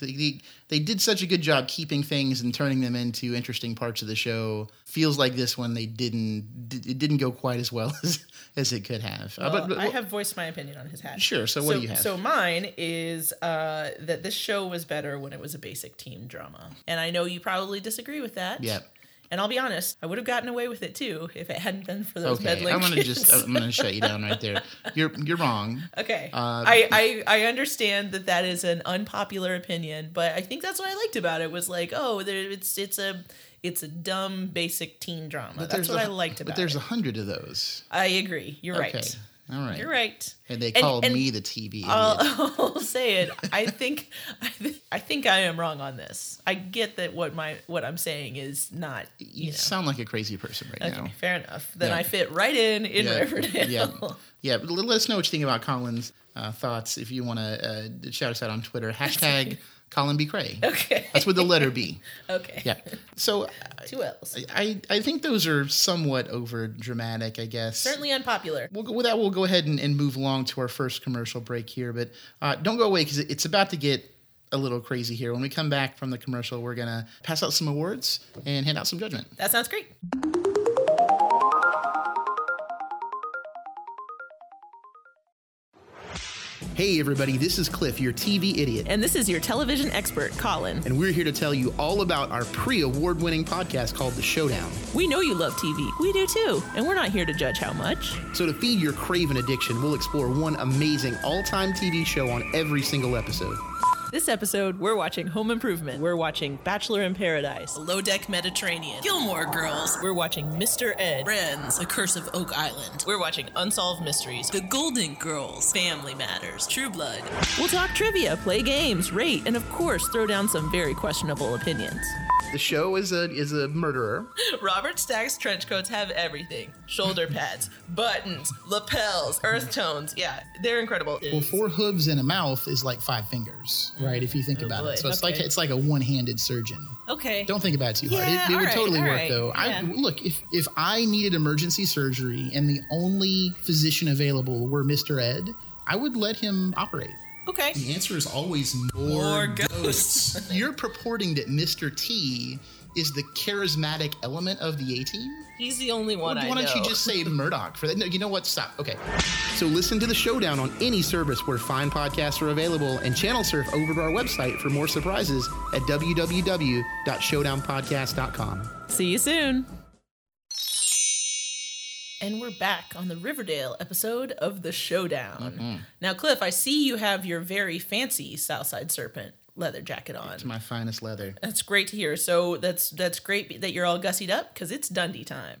[SPEAKER 1] They, they, they did such a good job keeping things and turning them into interesting parts of the show. Feels like this one they didn't. di- It didn't go quite as well as as it could have. Uh,
[SPEAKER 2] Well,
[SPEAKER 1] but, but
[SPEAKER 2] I have voiced my opinion on his hat.
[SPEAKER 1] Sure, so what do you have?
[SPEAKER 2] So mine is uh, that this show was better when it was a basic team drama, and I know you probably disagree with that.
[SPEAKER 1] Yep.
[SPEAKER 2] And I'll be honest, I would have gotten away with it too if it hadn't been for those
[SPEAKER 1] okay,
[SPEAKER 2] meddling
[SPEAKER 1] I'm gonna
[SPEAKER 2] kids.
[SPEAKER 1] just uh, I'm gonna shut you down right there. You're you're wrong.
[SPEAKER 2] okay. I, I I understand that that is an unpopular opinion, but I think that's what I liked about it was like, oh, there, it's it's a it's a dumb basic teen drama. That's
[SPEAKER 1] There's
[SPEAKER 2] what
[SPEAKER 1] a-
[SPEAKER 2] I liked
[SPEAKER 1] But
[SPEAKER 2] about
[SPEAKER 1] there's
[SPEAKER 2] it.
[SPEAKER 1] a hundred of those.
[SPEAKER 2] I agree. You're
[SPEAKER 1] Okay.
[SPEAKER 2] right.
[SPEAKER 1] All right.
[SPEAKER 2] You're right.
[SPEAKER 1] And they called
[SPEAKER 2] and-
[SPEAKER 1] me the TV. idiot.
[SPEAKER 2] I'll, I'll say it. I think I, th- I think I am wrong on this. I get that what my what I'm saying is not
[SPEAKER 1] you
[SPEAKER 2] you know.
[SPEAKER 1] sound like a crazy person right
[SPEAKER 2] Okay,
[SPEAKER 1] now.
[SPEAKER 2] fair enough. Then
[SPEAKER 1] Yeah.
[SPEAKER 2] I fit right in in Riverdale.
[SPEAKER 1] yeah, yeah. But let us know what you think about Colin's uh, thoughts if you want to uh, shout us out on Twitter. Hashtag Colin B. Cray.
[SPEAKER 2] Okay.
[SPEAKER 1] That's with the letter B.
[SPEAKER 2] Okay.
[SPEAKER 1] Yeah. So
[SPEAKER 2] Two L's.
[SPEAKER 1] I, I think those are somewhat over dramatic, I guess.
[SPEAKER 2] Certainly unpopular.
[SPEAKER 1] We'll go, with that, we'll go ahead and, and move along to our first commercial break here. But uh, don't go away because it's about to get a little crazy here. When we come back from the commercial, we're going to pass out some awards and hand out some judgment.
[SPEAKER 2] That sounds great.
[SPEAKER 1] Hey, everybody, this is Cliff, your TV idiot.
[SPEAKER 2] And this is your television expert, Colin.
[SPEAKER 1] and we're here to tell you all about our pre award winning podcast called The Showdown.
[SPEAKER 2] We know you love TV. We do too. And we're not here to judge how much.
[SPEAKER 1] So, to feed your craven addiction, we'll explore one amazing all time TV show on every single episode.
[SPEAKER 2] This episode, we're watching Home Improvement. We're watching Bachelor in Paradise, Low Deck Mediterranean, Gilmore Girls. We're watching Mr. Ed, Friends, The Curse of Oak Island. We're watching Unsolved Mysteries, The Golden Girls, Family Matters, True Blood. We'll talk trivia, play games, rate, and of course, throw down some very questionable opinions.
[SPEAKER 1] The show is a is a murderer.
[SPEAKER 2] Robert Stack's trench coats have everything shoulder pads, buttons, lapels, earth tones. Yeah, they're incredible.
[SPEAKER 1] Well, four hooves and a mouth is like five fingers, right? If you think about
[SPEAKER 2] Oh, boy.
[SPEAKER 1] it, so it's like
[SPEAKER 2] Okay.
[SPEAKER 1] it's like a one-handed surgeon.
[SPEAKER 2] Okay.
[SPEAKER 1] Don't think about it too
[SPEAKER 2] Yeah,
[SPEAKER 1] hard. It, it
[SPEAKER 2] all
[SPEAKER 1] would
[SPEAKER 2] right,
[SPEAKER 1] totally
[SPEAKER 2] all
[SPEAKER 1] work,
[SPEAKER 2] right,
[SPEAKER 1] though. I,
[SPEAKER 2] yeah.
[SPEAKER 1] look, if if I needed emergency surgery and the only physician available were Mr. Ed, I would let him operate.
[SPEAKER 2] Okay.
[SPEAKER 1] The answer is always
[SPEAKER 2] More
[SPEAKER 1] more
[SPEAKER 2] ghosts.
[SPEAKER 1] ghosts. You're purporting that Mr. T is the charismatic element of the A team?
[SPEAKER 2] He's the only one I
[SPEAKER 1] Why don't you
[SPEAKER 2] know.
[SPEAKER 1] just say Murdoch for that? No, you know what? Stop. Okay. So listen to the showdown on any service where fine podcasts are available and channel surf over to our website for more surprises at www.showdownpodcast.com.
[SPEAKER 2] See you soon. And we're back on the Riverdale episode of The Showdown. Now, Cliff, I see you have your very fancy Southside Serpent leather jacket on.
[SPEAKER 1] My finest leather.
[SPEAKER 2] That's great to hear. So that's that's great that you're all gussied up because it's Dundee time.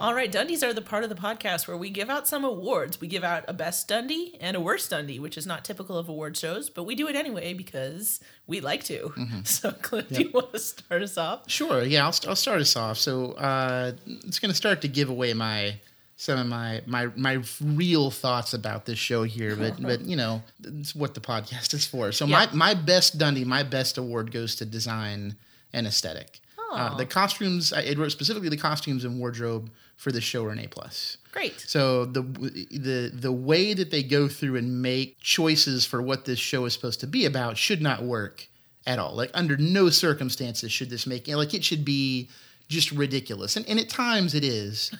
[SPEAKER 2] All right, Dundies are the part of the podcast where we give out some awards. We give out a best Dundee and a worst Dundee, which is not typical of award shows, but we do it anyway because we like to.
[SPEAKER 1] Mm-hmm.
[SPEAKER 2] So, Cliff, do you want to start us off?
[SPEAKER 1] Sure. Yeah, I'll, st- I'll start us off. So uh, it's going to start to give away my some of my my my real thoughts about this show here, but but you know it's what the podcast is for. So
[SPEAKER 2] Yeah.
[SPEAKER 1] my my best Dundee, my best award goes to design and aesthetic. Uh, the costumes, I I wrote specifically the costumes and wardrobe for this show are an A plus.
[SPEAKER 2] Great.
[SPEAKER 1] So the the the way that they go through and make choices for what this show is supposed to be about should not work at all. Like under no circumstances should this make like it should be just ridiculous. And and at times it is.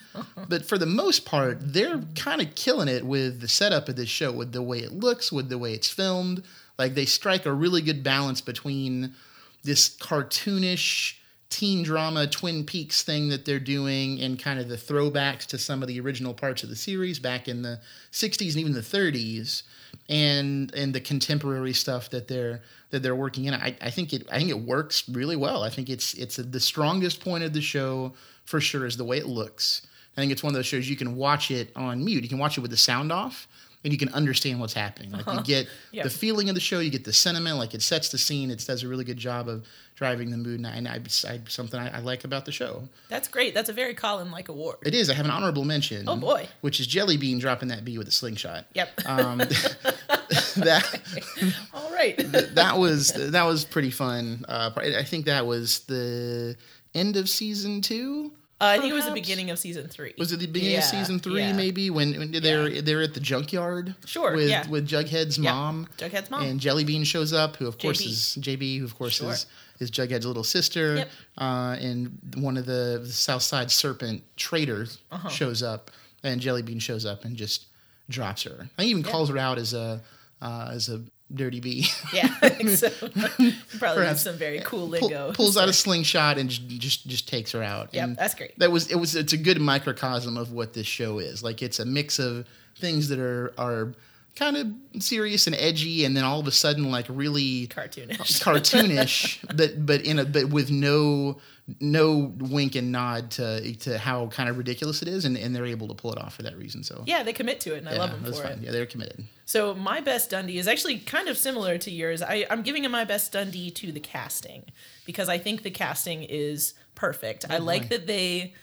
[SPEAKER 1] but for the most part, they're kind of killing it with the setup of this show, with the way it looks, with the way it's filmed. Like they strike a really good balance between this cartoonish teen drama Twin Peaks thing that they're doing and kind of the throwbacks to some of the original parts of the series back in the 60s and even the 30s and and the contemporary stuff that they're that they're working in. I, I think it I think it works really well. I think it's it's the strongest point of the show for sure is the way it looks. I think it's one of those shows you can watch it on mute. You can watch it with the sound off, and you can understand what's happening. Like
[SPEAKER 2] Uh-huh.
[SPEAKER 1] you get
[SPEAKER 2] Yep.
[SPEAKER 1] the feeling of the show, you get the sentiment. Like it sets the scene. It does a really good job of driving the mood, and, I, and I, I, something I, I like about the show.
[SPEAKER 2] That's great. That's a very Colin like award.
[SPEAKER 1] It is. I have an honorable mention.
[SPEAKER 2] Oh, boy.
[SPEAKER 1] Which is Jelly Bean dropping that bee with a slingshot.
[SPEAKER 2] Yep.
[SPEAKER 1] Um, that
[SPEAKER 2] All right.
[SPEAKER 1] that was that was pretty fun. Uh, part- I think that was the end of season two.
[SPEAKER 2] Uh, I think it was the
[SPEAKER 1] Perhaps?
[SPEAKER 2] beginning of season three.
[SPEAKER 1] Was it the beginning of
[SPEAKER 2] Yeah,
[SPEAKER 1] season three?
[SPEAKER 2] yeah.
[SPEAKER 1] Maybe when, when they're they're at the junkyard.
[SPEAKER 2] Sure,
[SPEAKER 1] With
[SPEAKER 2] yeah.
[SPEAKER 1] with Jughead's
[SPEAKER 2] Yeah.
[SPEAKER 1] mom.
[SPEAKER 2] Jughead's mom.
[SPEAKER 1] And Jellybean shows up, who of course
[SPEAKER 2] JB.
[SPEAKER 1] is JB, who of course
[SPEAKER 2] Sure.
[SPEAKER 1] is is Jughead's little sister.
[SPEAKER 2] Yep.
[SPEAKER 1] Uh, and one of the, the Southside Serpent traitors
[SPEAKER 2] Uh-huh.
[SPEAKER 1] shows up, and Jellybean shows up and just drops her. I even calls her out as a uh, as a dirty bee.
[SPEAKER 2] yeah. I think so. Probably
[SPEAKER 1] Perhaps.
[SPEAKER 2] some very cool
[SPEAKER 1] Pull-
[SPEAKER 2] lingo.
[SPEAKER 1] pulls out a slingshot and just just, just takes her out.
[SPEAKER 2] Yep,
[SPEAKER 1] And
[SPEAKER 2] that's great.
[SPEAKER 1] That was it was it's a good microcosm of what this show is. Like it's a mix of things that are are kind of serious and edgy, and then all of a sudden like really
[SPEAKER 2] cartoonish.
[SPEAKER 1] cartoonish, but but in a but with no no wink and nod to to how kind of ridiculous it is, and, and they're able to pull it off for that reason. So
[SPEAKER 2] Yeah, they commit to it, and I love them
[SPEAKER 1] that's
[SPEAKER 2] for
[SPEAKER 1] fine.
[SPEAKER 2] it.
[SPEAKER 1] Yeah, they're committed.
[SPEAKER 2] So my best Dundee is actually kind of similar to yours. I, I'm giving my best Dundee to the casting because I think the casting is perfect. I like that they.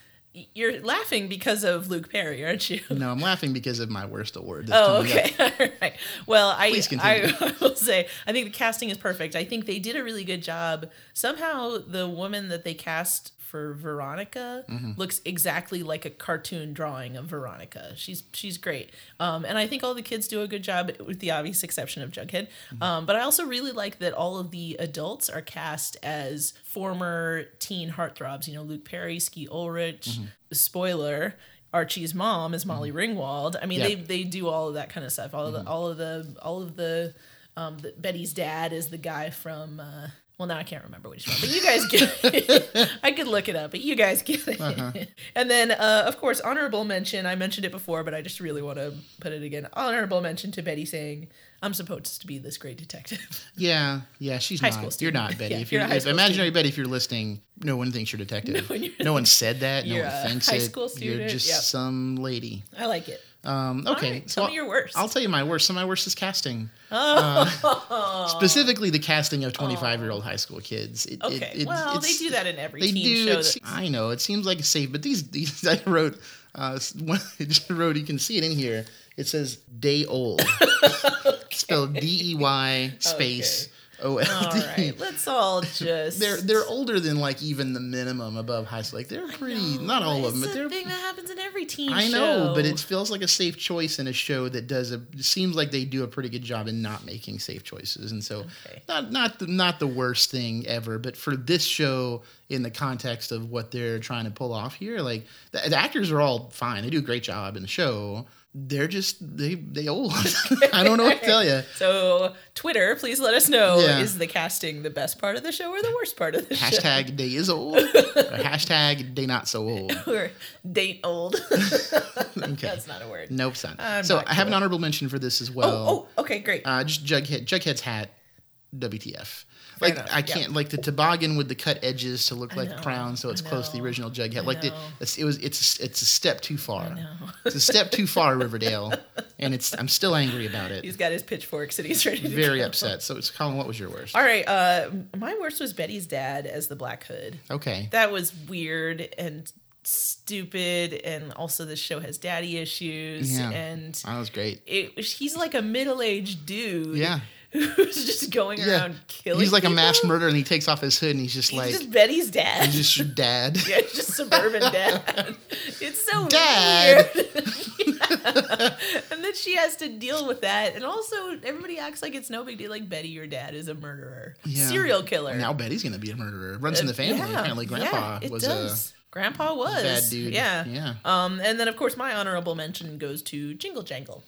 [SPEAKER 2] You're laughing because of Luke Perry, aren't you?
[SPEAKER 1] No, I'm laughing because of my worst award. that's
[SPEAKER 2] Oh,
[SPEAKER 1] coming up.
[SPEAKER 2] okay. All right. Well, I,
[SPEAKER 1] Please continue.
[SPEAKER 2] I will say I think the casting is perfect. I think they did a really good job. Somehow the woman that they cast for Veronica
[SPEAKER 1] Mm-hmm.
[SPEAKER 2] looks exactly like a cartoon drawing of Veronica. She's she's great. Um, and I think all the kids do a good job with the obvious exception of Jughead.
[SPEAKER 1] Mm-hmm.
[SPEAKER 2] Um, but I also really like that all of the adults are cast as former teen heartthrobs, you know, Luke Perry, Ski Ulrich,
[SPEAKER 1] Mm-hmm.
[SPEAKER 2] spoiler, Archie's mom is Molly Ringwald. I mean,
[SPEAKER 1] Yeah. Mm-hmm.
[SPEAKER 2] they they do all of that kind of stuff. All of the all of the all of the, um, the Betty's dad is the guy from. Uh, well, now I can't remember which one, but you guys get it. I could look it up, but you guys get it.
[SPEAKER 1] Uh-huh.
[SPEAKER 2] And then, uh, of course, honorable mention. I mentioned it before, but I just really want to put it again. Honorable mention to Betty saying, "I'm supposed to be this great detective."
[SPEAKER 1] Yeah, yeah, she's
[SPEAKER 2] High
[SPEAKER 1] not.
[SPEAKER 2] school
[SPEAKER 1] You're
[SPEAKER 2] student.
[SPEAKER 1] not Betty.
[SPEAKER 2] Yeah,
[SPEAKER 1] if
[SPEAKER 2] you're
[SPEAKER 1] you're,
[SPEAKER 2] a high
[SPEAKER 1] if
[SPEAKER 2] school
[SPEAKER 1] imaginary Betty, if you're listening, no one thinks you're a detective. No,
[SPEAKER 2] No one- you're-
[SPEAKER 1] one said that. No
[SPEAKER 2] You're
[SPEAKER 1] one
[SPEAKER 2] a
[SPEAKER 1] thinks
[SPEAKER 2] high
[SPEAKER 1] it.
[SPEAKER 2] school
[SPEAKER 1] You're
[SPEAKER 2] student,
[SPEAKER 1] just
[SPEAKER 2] yep.
[SPEAKER 1] some lady.
[SPEAKER 2] I like it.
[SPEAKER 1] Um, okay,
[SPEAKER 2] right, tell me
[SPEAKER 1] I'll-
[SPEAKER 2] your worst. Oh.
[SPEAKER 1] I'll tell you my worst. So my worst is casting. Uh, specifically, the casting of 25 year old high school kids. It- it-
[SPEAKER 2] Okay,
[SPEAKER 1] it-
[SPEAKER 2] well, they
[SPEAKER 1] it's-
[SPEAKER 2] do that in every
[SPEAKER 1] They
[SPEAKER 2] teen
[SPEAKER 1] do.
[SPEAKER 2] show.
[SPEAKER 1] it's-
[SPEAKER 2] That,
[SPEAKER 1] I know it seems like it's safe, but these these I wrote. Uh, s- one, I just wrote. You can see it in here. It says day old, spelled D E Y space O L
[SPEAKER 2] all
[SPEAKER 1] D.
[SPEAKER 2] right, let's all just
[SPEAKER 1] They're they're older than like even the minimum above high school. Like they're pretty. Not all of them, but
[SPEAKER 2] It's a
[SPEAKER 1] they're.
[SPEAKER 2] thing that happens in every teen
[SPEAKER 1] I know,
[SPEAKER 2] show.
[SPEAKER 1] but it feels like a safe choice in a show that does a seems like they do a pretty good job in not making safe choices, and so
[SPEAKER 2] Okay.
[SPEAKER 1] not not the, not the worst thing ever. But for this show, in the context of what they're trying to pull off here, like the, the actors are all fine; they do a great job in the show. They're just they they old. I don't know what to tell you.
[SPEAKER 2] So Twitter, please let us know
[SPEAKER 1] Yeah.
[SPEAKER 2] is the casting the best part of the show or the worst part of the show?
[SPEAKER 1] Hashtag day is old. Or hashtag day not so old.
[SPEAKER 2] Or date old.
[SPEAKER 1] Okay.
[SPEAKER 2] That's not a word.
[SPEAKER 1] Nope, son.
[SPEAKER 2] I'm
[SPEAKER 1] so
[SPEAKER 2] not
[SPEAKER 1] I have an
[SPEAKER 2] cool.
[SPEAKER 1] honorable mention for this as well.
[SPEAKER 2] Oh, oh, okay, great.
[SPEAKER 1] Uh, just Jughead, Jughead's hat, WTF. Like
[SPEAKER 2] enough,
[SPEAKER 1] I can't like the toboggan with the cut edges to look like
[SPEAKER 2] know,
[SPEAKER 1] a crown, so it's
[SPEAKER 2] I
[SPEAKER 1] close to the
[SPEAKER 2] know,
[SPEAKER 1] original Jughead. Like the,
[SPEAKER 2] know.
[SPEAKER 1] it's, it was, it's it's a step too far. it's a step too far, Riverdale, and it's I'm still angry about
[SPEAKER 2] he's
[SPEAKER 1] it.
[SPEAKER 2] got his pitchforks and he's ready to
[SPEAKER 1] Very
[SPEAKER 2] go.
[SPEAKER 1] upset. So it's Colin. What was your worst?
[SPEAKER 2] All right, uh, my worst was Betty's dad as the Black Hood.
[SPEAKER 1] Okay.
[SPEAKER 2] That was weird and stupid, and also this show has daddy issues,
[SPEAKER 1] Yeah.
[SPEAKER 2] and
[SPEAKER 1] Oh, That was great.
[SPEAKER 2] it, he's like a middle-aged dude
[SPEAKER 1] Yeah.
[SPEAKER 2] who's just going
[SPEAKER 1] Yeah.
[SPEAKER 2] around killing.
[SPEAKER 1] He's like a mass
[SPEAKER 2] people.
[SPEAKER 1] murderer, and he takes off his hood, and he's just
[SPEAKER 2] He's
[SPEAKER 1] like
[SPEAKER 2] just Betty's dad.
[SPEAKER 1] he's just your dad.
[SPEAKER 2] Yeah, it's just suburban dad. It's so
[SPEAKER 1] Dad.
[SPEAKER 2] weird. Yeah. And then she has to deal with that. And also, everybody acts like it's no big deal. Like Betty, your dad is a murderer,
[SPEAKER 1] Yeah.
[SPEAKER 2] serial killer.
[SPEAKER 1] Now Betty's gonna be a murderer. Runs in the family.
[SPEAKER 2] Uh, Yeah,
[SPEAKER 1] Apparently, Grandpa
[SPEAKER 2] yeah, it
[SPEAKER 1] was uh, a
[SPEAKER 2] does. Grandpa was
[SPEAKER 1] bad dude.
[SPEAKER 2] Yeah,
[SPEAKER 1] Yeah.
[SPEAKER 2] Um, and then of course my honorable mention goes to Jingle Jangle.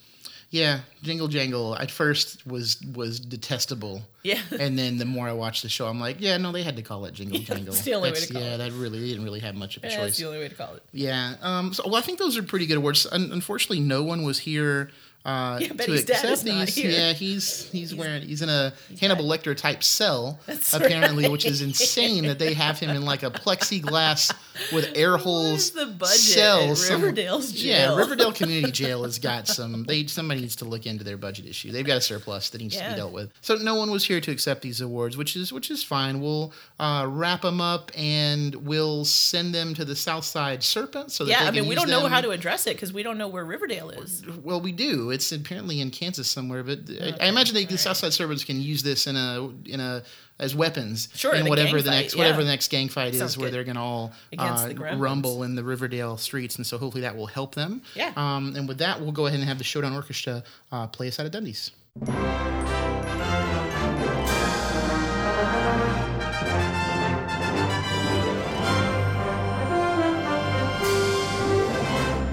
[SPEAKER 1] Yeah, Jingle Jangle at first was was detestable.
[SPEAKER 2] Yeah.
[SPEAKER 1] And then the more I watched the show, I'm like, yeah, no, they had to call it Jingle Jangle.
[SPEAKER 2] it's the only way
[SPEAKER 1] That's-
[SPEAKER 2] to call
[SPEAKER 1] yeah,
[SPEAKER 2] it.
[SPEAKER 1] that really they didn't really have much of a
[SPEAKER 2] That's
[SPEAKER 1] choice.
[SPEAKER 2] the only way to call it.
[SPEAKER 1] Yeah. Um, so, well, I think those are pretty good awards. Un- unfortunately, no one was here Uh,
[SPEAKER 2] Yeah, but
[SPEAKER 1] to
[SPEAKER 2] his dad
[SPEAKER 1] accept
[SPEAKER 2] is not
[SPEAKER 1] these-
[SPEAKER 2] here.
[SPEAKER 1] Yeah, he's he's wearing he's in a Hannibal Lecter type cell
[SPEAKER 2] That's
[SPEAKER 1] apparently, which is insane that they have him in like a plexiglass with air holes
[SPEAKER 2] is the budget
[SPEAKER 1] cell.
[SPEAKER 2] at
[SPEAKER 1] some-
[SPEAKER 2] Riverdale's
[SPEAKER 1] Yeah,
[SPEAKER 2] jail?
[SPEAKER 1] Riverdale Community Jail has got some. They somebody needs to look into their budget issue. They've got a surplus that needs to
[SPEAKER 2] Yeah.
[SPEAKER 1] be dealt with. So no one was here to accept these awards, which is which is fine. We'll uh, wrap them up and we'll send them to the Southside Serpent so that
[SPEAKER 2] Yeah,
[SPEAKER 1] they
[SPEAKER 2] I
[SPEAKER 1] can
[SPEAKER 2] mean, we
[SPEAKER 1] use
[SPEAKER 2] don't know
[SPEAKER 1] them- Mm-hmm.
[SPEAKER 2] how to address it because we don't know where Riverdale is.
[SPEAKER 1] well, we do. It's apparently in Kansas somewhere, but I, I imagine they, the Southside Servants can use this in a in a as weapons
[SPEAKER 2] Sure, in
[SPEAKER 1] in
[SPEAKER 2] a
[SPEAKER 1] whatever
[SPEAKER 2] gang
[SPEAKER 1] the
[SPEAKER 2] fight,
[SPEAKER 1] next whatever
[SPEAKER 2] yeah.
[SPEAKER 1] the next gang fight
[SPEAKER 2] Sounds
[SPEAKER 1] is, where
[SPEAKER 2] good.
[SPEAKER 1] they're gonna all
[SPEAKER 2] Against
[SPEAKER 1] uh,
[SPEAKER 2] the gremlins.
[SPEAKER 1] rumble in the Riverdale streets, and so hopefully that will help them.
[SPEAKER 2] Yeah.
[SPEAKER 1] Um, and with that, we'll go ahead and have the Showdown Orchestra uh, play us out of Dundee's.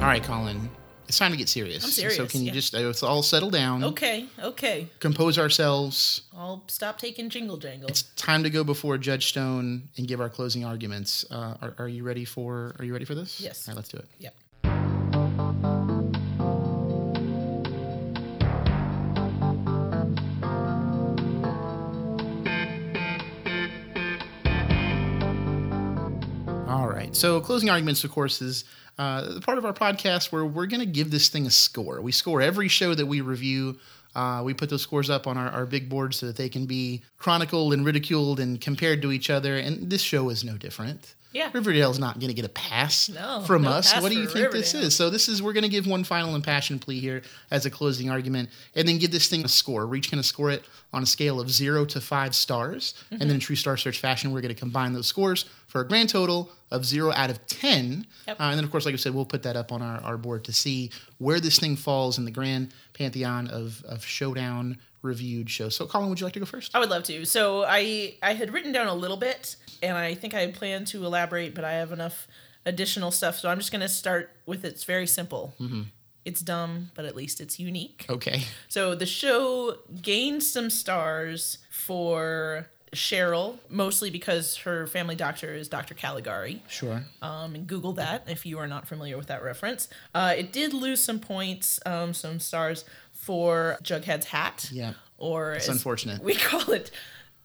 [SPEAKER 1] All right, Colin. It's time to get serious.
[SPEAKER 2] I'm serious,
[SPEAKER 1] So can you
[SPEAKER 2] yeah.
[SPEAKER 1] just uh, let's all settle down,
[SPEAKER 2] Okay, okay.
[SPEAKER 1] compose ourselves.
[SPEAKER 2] I'll stop taking jingle jangles.
[SPEAKER 1] It's time to go before Judge Stone and give our closing arguments. Uh, are, are you ready for Are you ready for this?
[SPEAKER 2] Yes.
[SPEAKER 1] All right, let's do it.
[SPEAKER 2] Yep.
[SPEAKER 1] All right. So, closing arguments, of course, is uh, the part of our podcast where we're going to give this thing a score. We score every show that we review. Uh, we put those scores up on our, our big board so that they can be chronicled and ridiculed and compared to each other. And this show is no different.
[SPEAKER 2] Yeah.
[SPEAKER 1] Riverdale's not going to get a pass
[SPEAKER 2] No,
[SPEAKER 1] from
[SPEAKER 2] no
[SPEAKER 1] us.
[SPEAKER 2] Oh, pass
[SPEAKER 1] what do
[SPEAKER 2] for
[SPEAKER 1] you think this
[SPEAKER 2] Riverdale.
[SPEAKER 1] is? So, this is, we're going to give one final impassioned plea here as a closing argument and then give this thing a score. We're each going to score it on a scale of zero to five stars. And
[SPEAKER 2] Mm-hmm.
[SPEAKER 1] then in true Star Search fashion, we're going to combine those scores for a grand total of zero out of 10.
[SPEAKER 2] Yep.
[SPEAKER 1] Uh, and then, of course, like I said, we'll put that up on our, our board to see where this thing falls in the grand pantheon of, of showdown reviewed shows. So, Colin, would you like to go first?
[SPEAKER 2] I would love to. So I I had written down a little bit, and I think I had planned to elaborate, but I have enough additional stuff. So I'm just going to start with it's very simple.
[SPEAKER 1] Mm-hmm.
[SPEAKER 2] It's dumb, but at least it's unique.
[SPEAKER 1] Okay.
[SPEAKER 2] So the show gained some stars for Cheryl, mostly because her family doctor is Dr. Caligari.
[SPEAKER 1] Sure.
[SPEAKER 2] Um, and Google that if you are not familiar with that reference. Uh, it did lose some points, um, some stars for Jughead's hat.
[SPEAKER 1] Yeah.
[SPEAKER 2] Or it's
[SPEAKER 1] unfortunate.
[SPEAKER 2] We call it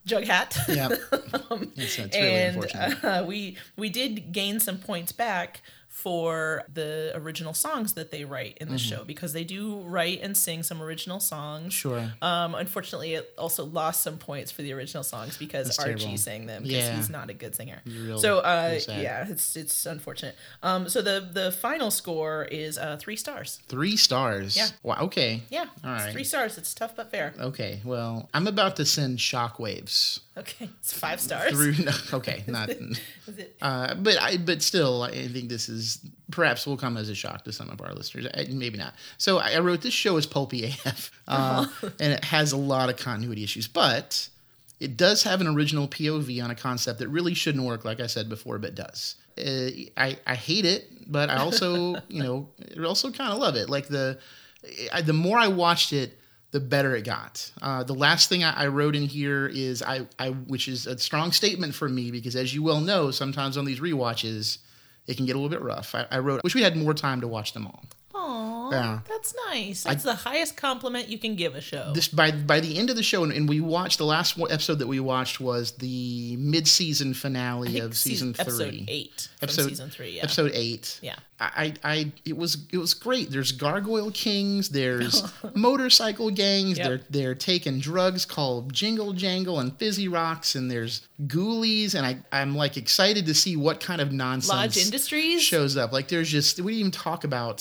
[SPEAKER 2] Jug Hat.
[SPEAKER 1] yeah. it's, it's really
[SPEAKER 2] Um, and
[SPEAKER 1] unfortunate.
[SPEAKER 2] uh, we we did gain some points back for the original songs that they write in the
[SPEAKER 1] Mm-hmm.
[SPEAKER 2] show because they do write and sing some original songs.
[SPEAKER 1] Sure.
[SPEAKER 2] Um, unfortunately, it also lost some points for the original songs because
[SPEAKER 1] That's
[SPEAKER 2] Archie
[SPEAKER 1] terrible.
[SPEAKER 2] sang them because
[SPEAKER 1] Yeah.
[SPEAKER 2] he's not a good singer.
[SPEAKER 1] Real-
[SPEAKER 2] so, uh,
[SPEAKER 1] real sad.
[SPEAKER 2] yeah, it's it's unfortunate. Um, so the the final score is uh, three stars.
[SPEAKER 1] Three stars.
[SPEAKER 2] Yeah.
[SPEAKER 1] Wow. Okay.
[SPEAKER 2] Yeah,
[SPEAKER 1] All
[SPEAKER 2] it's
[SPEAKER 1] right. Uh,
[SPEAKER 2] three stars. It's tough but fair.
[SPEAKER 1] Okay. Well, I'm about to send shockwaves
[SPEAKER 2] Okay, it's five stars.
[SPEAKER 1] through. okay. Not.
[SPEAKER 2] Is it-
[SPEAKER 1] Uh, but I, but still, I think this is perhaps will come as a shock to some of our listeners. Uh, Maybe not. So I, I wrote this show is pulpy AF, uh,
[SPEAKER 2] Uh-huh.
[SPEAKER 1] and it has a lot of continuity issues, but it does have an original POV on a concept that really shouldn't work, like I said before, but does. Uh, I I hate it, but I also you know I also kind of love it. Like the I, the more I watched it, the better it got. Uh, the last thing I, I wrote in here is I, I, which is a strong statement for me because, as you well know, sometimes on these rewatches, it can get a little bit rough. I, I wrote, wish we had more time to watch them all.
[SPEAKER 2] Aw,
[SPEAKER 1] Yeah.
[SPEAKER 2] that's nice. That's the highest compliment you can give a show.
[SPEAKER 1] This by by the end of the show, and, and we watched the last one episode that we watched was the mid-season finale
[SPEAKER 2] I think
[SPEAKER 1] of season, three,
[SPEAKER 2] episode eight from
[SPEAKER 1] Episode-
[SPEAKER 2] season three. Yeah,
[SPEAKER 1] episode eight.
[SPEAKER 2] yeah.
[SPEAKER 1] I, I it was it was great. There's gargoyle kings. There's motorcycle gangs.
[SPEAKER 2] Yep.
[SPEAKER 1] They're they're taking drugs called jingle jangle and fizzy rocks. And there's ghoulies. And I I'm like excited to see what kind of
[SPEAKER 2] Lodge
[SPEAKER 1] nonsense
[SPEAKER 2] Industries.
[SPEAKER 1] shows up. Like there's just we didn't even talk about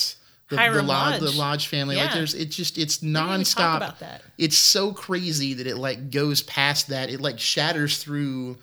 [SPEAKER 1] the, the
[SPEAKER 2] Hiram
[SPEAKER 1] lodge the
[SPEAKER 2] Lodge.
[SPEAKER 1] lodge family. Like
[SPEAKER 2] Yeah.
[SPEAKER 1] there's it's just it's
[SPEAKER 2] didn't even talk
[SPEAKER 1] nonstop.
[SPEAKER 2] about that.
[SPEAKER 1] It's so crazy that it like goes past that. It like shatters through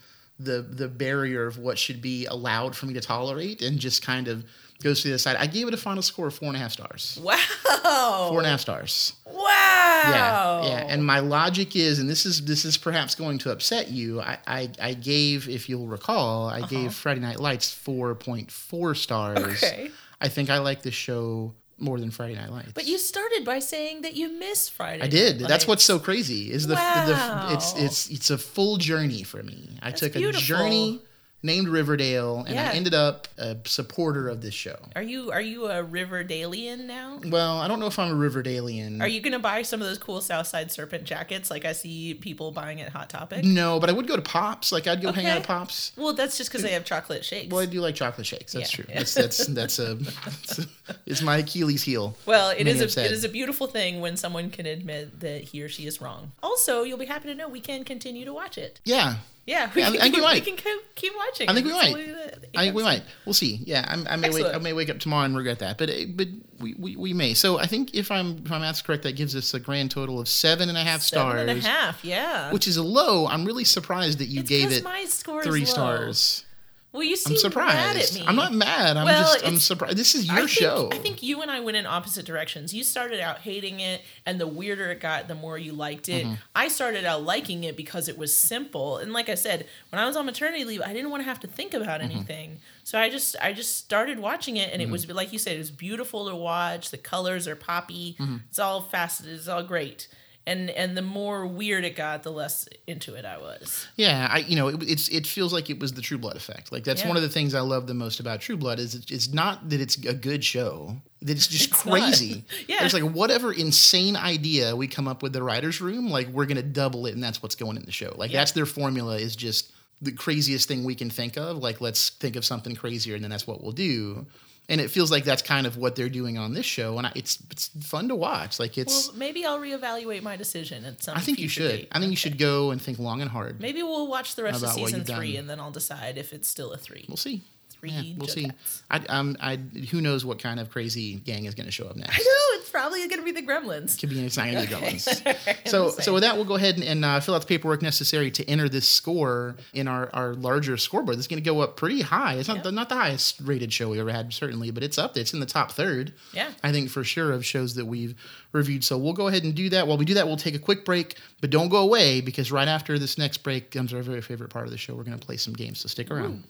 [SPEAKER 1] the the barrier of what should be allowed for me to tolerate and just kind of goes to the other side. I gave it a final score of four and a half stars.
[SPEAKER 2] Wow.
[SPEAKER 1] Four and a half stars.
[SPEAKER 2] Oh. Wow.
[SPEAKER 1] Yeah, yeah. And my logic is, and this is this is perhaps going to upset you. I I, I gave, if you'll recall, I gave Friday Night Lights four point four stars.
[SPEAKER 2] Okay.
[SPEAKER 1] I think I like this show more than Friday Night Lights.
[SPEAKER 2] but you started by saying that you miss Friday.
[SPEAKER 1] I did.
[SPEAKER 2] Night
[SPEAKER 1] That's
[SPEAKER 2] Lights.
[SPEAKER 1] what's so crazy is the, the-
[SPEAKER 2] Wow.
[SPEAKER 1] it's it's it's a full journey for me. I took a
[SPEAKER 2] beautiful.
[SPEAKER 1] journey named Riverdale, and
[SPEAKER 2] Yeah.
[SPEAKER 1] I ended up a supporter of this show.
[SPEAKER 2] Are you are you a Riverdalian now?
[SPEAKER 1] Well, I don't know if I'm a Riverdalian.
[SPEAKER 2] Are you gonna buy some of those cool Southside Serpent jackets like I see people buying at Hot Topic?
[SPEAKER 1] No, but I would go to Pops. Like I'd go hang out
[SPEAKER 2] Okay.
[SPEAKER 1] at Pops.
[SPEAKER 2] Well, that's just because they have chocolate shakes.
[SPEAKER 1] Well, I do like chocolate shakes. That's true.
[SPEAKER 2] Yeah. Yeah.
[SPEAKER 1] That's that's that's a, it's a- it's my Achilles heel.
[SPEAKER 2] Well, it
[SPEAKER 1] Many
[SPEAKER 2] is
[SPEAKER 1] have
[SPEAKER 2] a,
[SPEAKER 1] said.
[SPEAKER 2] it is a beautiful thing when someone can admit that he or she is wrong. Also, you'll be happy to know we can continue to watch it.
[SPEAKER 1] Yeah,
[SPEAKER 2] Yeah, we
[SPEAKER 1] Yeah, I
[SPEAKER 2] can,
[SPEAKER 1] think we might.
[SPEAKER 2] can co- keep watching.
[SPEAKER 1] I think we
[SPEAKER 2] It's
[SPEAKER 1] might.
[SPEAKER 2] only the-
[SPEAKER 1] I think we might. We'll see. Yeah, I'm, I may wake, I
[SPEAKER 2] Excellent.
[SPEAKER 1] may wake up tomorrow and regret that, but it- but we, we, we may. So I think if I'm if my math's correct, that gives us a grand total of seven and a half stars,
[SPEAKER 2] Seven and a half, yeah.
[SPEAKER 1] which is a low. I'm really surprised that you
[SPEAKER 2] It's
[SPEAKER 1] gave
[SPEAKER 2] 'cause
[SPEAKER 1] it
[SPEAKER 2] my score is
[SPEAKER 1] three
[SPEAKER 2] low.
[SPEAKER 1] stars.
[SPEAKER 2] Well, you seem
[SPEAKER 1] I'm
[SPEAKER 2] mad at
[SPEAKER 1] surprised.
[SPEAKER 2] me.
[SPEAKER 1] I'm not mad. I'm
[SPEAKER 2] Well,
[SPEAKER 1] just I'm
[SPEAKER 2] it's-
[SPEAKER 1] surprised. This is your
[SPEAKER 2] I think,
[SPEAKER 1] show.
[SPEAKER 2] I think you and I went in opposite directions. You started out hating it, and the weirder it got, the more you liked it.
[SPEAKER 1] Mm-hmm.
[SPEAKER 2] I started out liking it because it was simple. And like I said, when I was on maternity leave, I didn't want to have to think about
[SPEAKER 1] Mm-hmm.
[SPEAKER 2] anything. So I just I just started watching it, and it was like you said, it was beautiful to watch. The colors are poppy.
[SPEAKER 1] Mm-hmm.
[SPEAKER 2] It's all faceted. It's all great. And and the more weird it got, the less into it I was.
[SPEAKER 1] Yeah, I you know it, it's it feels like it was the True Blood effect. Like that's
[SPEAKER 2] Yeah.
[SPEAKER 1] one of the things I love the most about True Blood is it's, it's not that it's a good show. That it's just
[SPEAKER 2] not.
[SPEAKER 1] crazy.
[SPEAKER 2] Yeah.
[SPEAKER 1] it's like whatever insane idea we come up with the writers' room, like we're gonna double it, and that's what's going in the show. Like that's their formula is just the craziest thing we can think of. Like let's think of something crazier, and then that's what we'll do. And it feels like that's kind of what they're doing on this show, and I, it's it's fun to watch. Like it's,
[SPEAKER 2] Well, maybe I'll reevaluate my decision at some.
[SPEAKER 1] I think you
[SPEAKER 2] future
[SPEAKER 1] should.
[SPEAKER 2] date.
[SPEAKER 1] I think you should go and think long and hard.
[SPEAKER 2] Maybe we'll watch the rest of
[SPEAKER 1] About what
[SPEAKER 2] season
[SPEAKER 1] you've done.
[SPEAKER 2] three, and then I'll decide if it's still a three.
[SPEAKER 1] We'll see.
[SPEAKER 2] Three
[SPEAKER 1] we'll see.
[SPEAKER 2] Jokers.
[SPEAKER 1] I, um, I, who knows what kind of crazy gang is going to show up next?
[SPEAKER 2] No, it's probably going to be the Gremlins.
[SPEAKER 1] Could be an exciting okay. villains.
[SPEAKER 2] Alright,
[SPEAKER 1] So,
[SPEAKER 2] I'm just
[SPEAKER 1] so with that, we'll go ahead and, and uh, fill out the paperwork necessary to enter this score in our, our larger scoreboard. That's going to go up pretty high. It's not the, not the highest rated show we ever had, certainly, but it's up. there. It's in the top third.
[SPEAKER 2] Yeah.
[SPEAKER 1] I think for sure of shows that we've reviewed. So we'll go ahead and do that. While we do that, we'll take a quick break, but don't go away because right after this next break comes our very favorite part of the show. We're going to play some games. So stick around.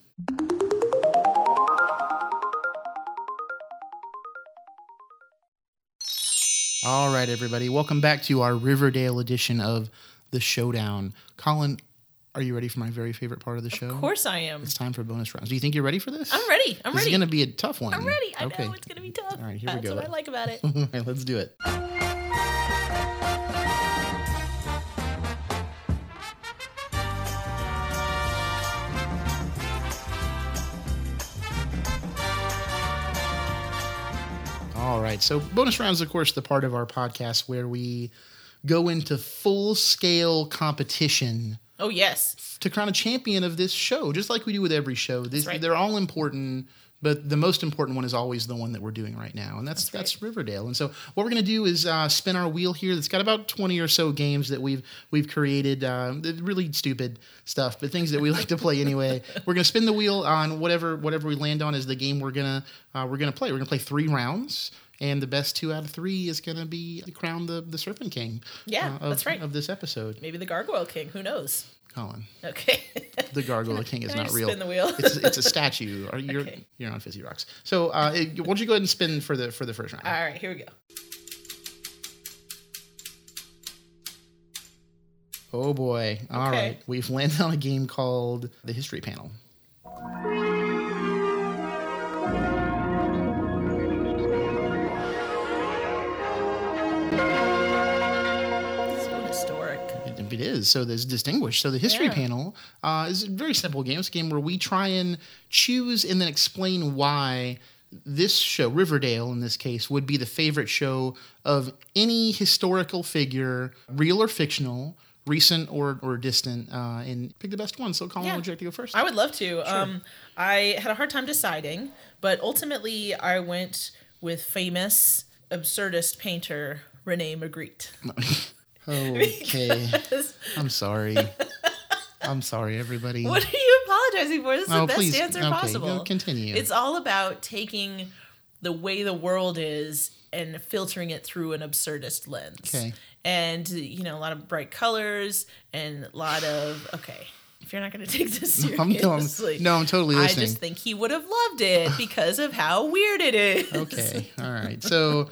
[SPEAKER 1] All right, everybody. Welcome back to our Riverdale edition of the Showdown. Colin, are you ready for my very favorite part of the show?
[SPEAKER 2] Of course I am.
[SPEAKER 1] It's time for bonus rounds. Do you think you're ready for this?
[SPEAKER 2] I'm ready. I'm
[SPEAKER 1] This
[SPEAKER 2] ready.
[SPEAKER 1] is going to be a tough one.
[SPEAKER 2] I'm ready. I
[SPEAKER 1] okay.
[SPEAKER 2] know it's going to be tough.
[SPEAKER 1] right, here we
[SPEAKER 2] That's
[SPEAKER 1] go.
[SPEAKER 2] what I like about it.
[SPEAKER 1] All right, let's do it. All right. So, bonus rounds, of course, the part of our podcast where we go into full scale competition
[SPEAKER 2] Oh yes,
[SPEAKER 1] to crown a champion of this show, just like we do with every show. These,
[SPEAKER 2] right.
[SPEAKER 1] They're all important, but the most important one is always the one that we're doing right now, and that's that's, Riverdale. And so, what we're going to do is uh, spin our wheel here. That's got about twenty or so games that we've we've created. Uh, they're really stupid stuff, but things that we like to play anyway. We're going to spin the wheel on whatever whatever we land on is the game we're gonna uh, we're gonna play. We're gonna play three rounds. And the best two out of three is going to be crowned the, the Serpent King. uh,
[SPEAKER 2] Yeah,
[SPEAKER 1] of,
[SPEAKER 2] that's right.
[SPEAKER 1] Of this episode,
[SPEAKER 2] maybe the Gargoyle King. Who knows?
[SPEAKER 1] Colin.
[SPEAKER 2] Okay.
[SPEAKER 1] The Gargoyle King is
[SPEAKER 2] Can I
[SPEAKER 1] not
[SPEAKER 2] just
[SPEAKER 1] real.
[SPEAKER 2] spin the wheel?
[SPEAKER 1] it's, it's a statue. Are you're
[SPEAKER 2] Okay.
[SPEAKER 1] you're on fizzy rocks. So uh, it, why don't you go ahead and spin for the for the first round?
[SPEAKER 2] All right, here we go.
[SPEAKER 1] oh boy! All
[SPEAKER 2] Okay.
[SPEAKER 1] right, we've landed on a game called the History Panel.
[SPEAKER 2] It's so historic.
[SPEAKER 1] It, it is so. There's distinguished. So the History
[SPEAKER 2] Yeah.
[SPEAKER 1] Panel uh, is a very simple game. It's a game where we try and choose and then explain why this show, Riverdale, in this case, would be the favorite show of any historical figure, real or fictional. Recent or, or distant, uh, and pick the best one. So, Colin,
[SPEAKER 2] Yeah.
[SPEAKER 1] would you like to go first?
[SPEAKER 2] I would love to. Um, I had a hard time deciding, but ultimately I went with famous absurdist painter Rene Magritte.
[SPEAKER 1] Okay. I'm sorry. I'm sorry, everybody.
[SPEAKER 2] What are you apologizing for? This is
[SPEAKER 1] Oh,
[SPEAKER 2] the best
[SPEAKER 1] please.
[SPEAKER 2] answer
[SPEAKER 1] Okay,
[SPEAKER 2] possible.
[SPEAKER 1] go- continue.
[SPEAKER 2] It's all about taking the way the world is and filtering it through an absurdist lens.
[SPEAKER 1] Okay.
[SPEAKER 2] And you know, a lot of bright colors and a lot of okay. If you're not going to take this
[SPEAKER 1] I'm, no,
[SPEAKER 2] seriously,
[SPEAKER 1] I'm, no, I'm totally
[SPEAKER 2] I
[SPEAKER 1] listening.
[SPEAKER 2] just think he would have loved it because of how weird it is.
[SPEAKER 1] okay. All right. So,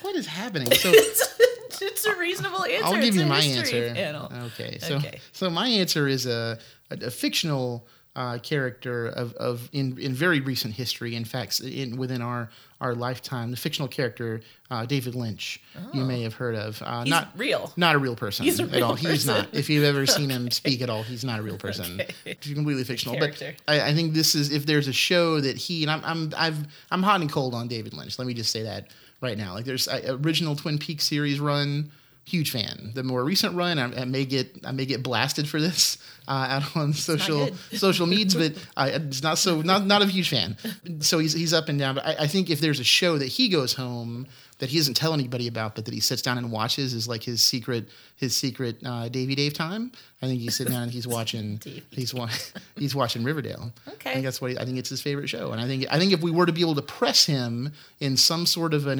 [SPEAKER 1] what is happening? So,
[SPEAKER 2] it's, it's a reasonable answer.
[SPEAKER 1] I'll give
[SPEAKER 2] It's
[SPEAKER 1] you
[SPEAKER 2] a
[SPEAKER 1] my
[SPEAKER 2] history
[SPEAKER 1] answer.
[SPEAKER 2] Panel.
[SPEAKER 1] Okay. So
[SPEAKER 2] Okay.
[SPEAKER 1] so my answer is a a, a fictional uh, character of, of in, in very recent history. In fact, in within our our lifetime, the fictional character uh, David Lynch, you may have heard of. Uh,
[SPEAKER 2] Oh. He's
[SPEAKER 1] not
[SPEAKER 2] real.
[SPEAKER 1] Not a real person
[SPEAKER 2] He's a
[SPEAKER 1] at
[SPEAKER 2] real
[SPEAKER 1] all. He's
[SPEAKER 2] person.
[SPEAKER 1] not. If you've ever seen him speak at all, he's not a real person. He's completely fictional.
[SPEAKER 2] Character.
[SPEAKER 1] But I, I think this is if there's a show that he and I'm I'm I've I'm hot and cold on David Lynch. Let me just say that right now. Like there's I, original Twin Peaks series run. Huge fan. The more recent run, I, I may get I may get blasted for this uh, out on social
[SPEAKER 2] good.
[SPEAKER 1] social needs, but I, it's not so not not a huge fan. So he's he's up and down. But I, I think if there's a show that he goes home that he doesn't tell anybody about, but that he sits down and watches is like his secret his secret uh, Davy Dave time. I think he's sitting down and he's watching
[SPEAKER 2] Davey
[SPEAKER 1] he's wa- he's watching Riverdale.
[SPEAKER 2] Okay.
[SPEAKER 1] I think that's what he, I think it's his favorite show, and I think I think if we were to be able to press him in some sort of an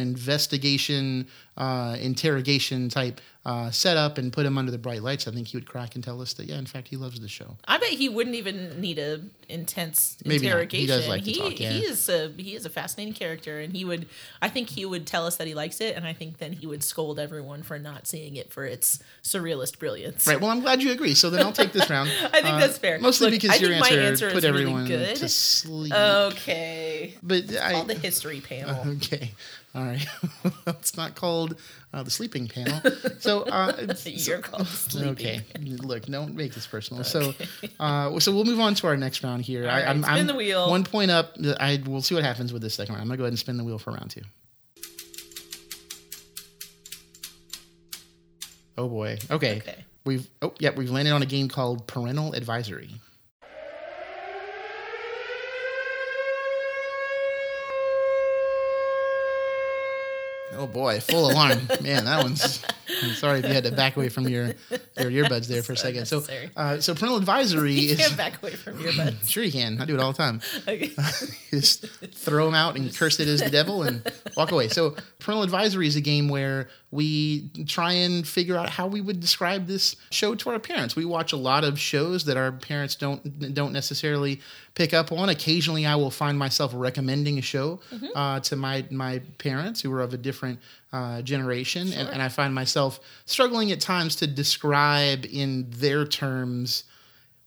[SPEAKER 1] investigation uh, interrogation type. Uh, setup and put him under the bright lights. I think he would crack and tell us that, yeah, in fact, he loves the show.
[SPEAKER 2] I bet he wouldn't even need a intense
[SPEAKER 1] Maybe not. He
[SPEAKER 2] interrogation.
[SPEAKER 1] does like to talk, yeah.
[SPEAKER 2] he is a he is a fascinating character, and he would. I think he would tell us that he likes it, and I think then he would scold everyone for not seeing it for its surrealist brilliance.
[SPEAKER 1] Right. Well, I'm glad you agree. So then I'll take this round. Uh,
[SPEAKER 2] I think that's fair.
[SPEAKER 1] Mostly
[SPEAKER 2] Look, I
[SPEAKER 1] because your
[SPEAKER 2] think my
[SPEAKER 1] answer,
[SPEAKER 2] answer is
[SPEAKER 1] put
[SPEAKER 2] really
[SPEAKER 1] everyone
[SPEAKER 2] good. Oh,
[SPEAKER 1] to sleep.
[SPEAKER 2] Okay.
[SPEAKER 1] but I,
[SPEAKER 2] All the history panel.
[SPEAKER 1] okay, all right. it's not called uh, the sleeping panel. So uh, it's-
[SPEAKER 2] You're called sleeping.
[SPEAKER 1] okay. Look, don't make this personal. So, uh, so we'll move on to our next round here. I,
[SPEAKER 2] right,
[SPEAKER 1] I'm,
[SPEAKER 2] spin
[SPEAKER 1] I'm
[SPEAKER 2] the wheel.
[SPEAKER 1] One point up. I we'll see what happens with this second round. I'm gonna go ahead and spin the wheel for round two. Oh boy. Okay.
[SPEAKER 2] Okay.
[SPEAKER 1] We've oh yep. We've landed on a game called Parental Advisory. Oh boy, full alarm. Man, that one's. I'm sorry if you had to back away from your your earbuds there for a second. So,
[SPEAKER 2] unnecessary.
[SPEAKER 1] uh, so parental advisory
[SPEAKER 2] You
[SPEAKER 1] is
[SPEAKER 2] can't back away from your butt.
[SPEAKER 1] sure you can. I do it all the time.
[SPEAKER 2] Okay.
[SPEAKER 1] Just throw them out and curse it as the devil and walk away. So, parental advisory is a game where we try and figure out how we would describe this show to our parents. We watch a lot of shows that our parents don't don't necessarily pick up on. Occasionally, I will find myself recommending a show uh, to my my parents who are of a different uh, generation, and, and I find myself struggling at times to describe in their terms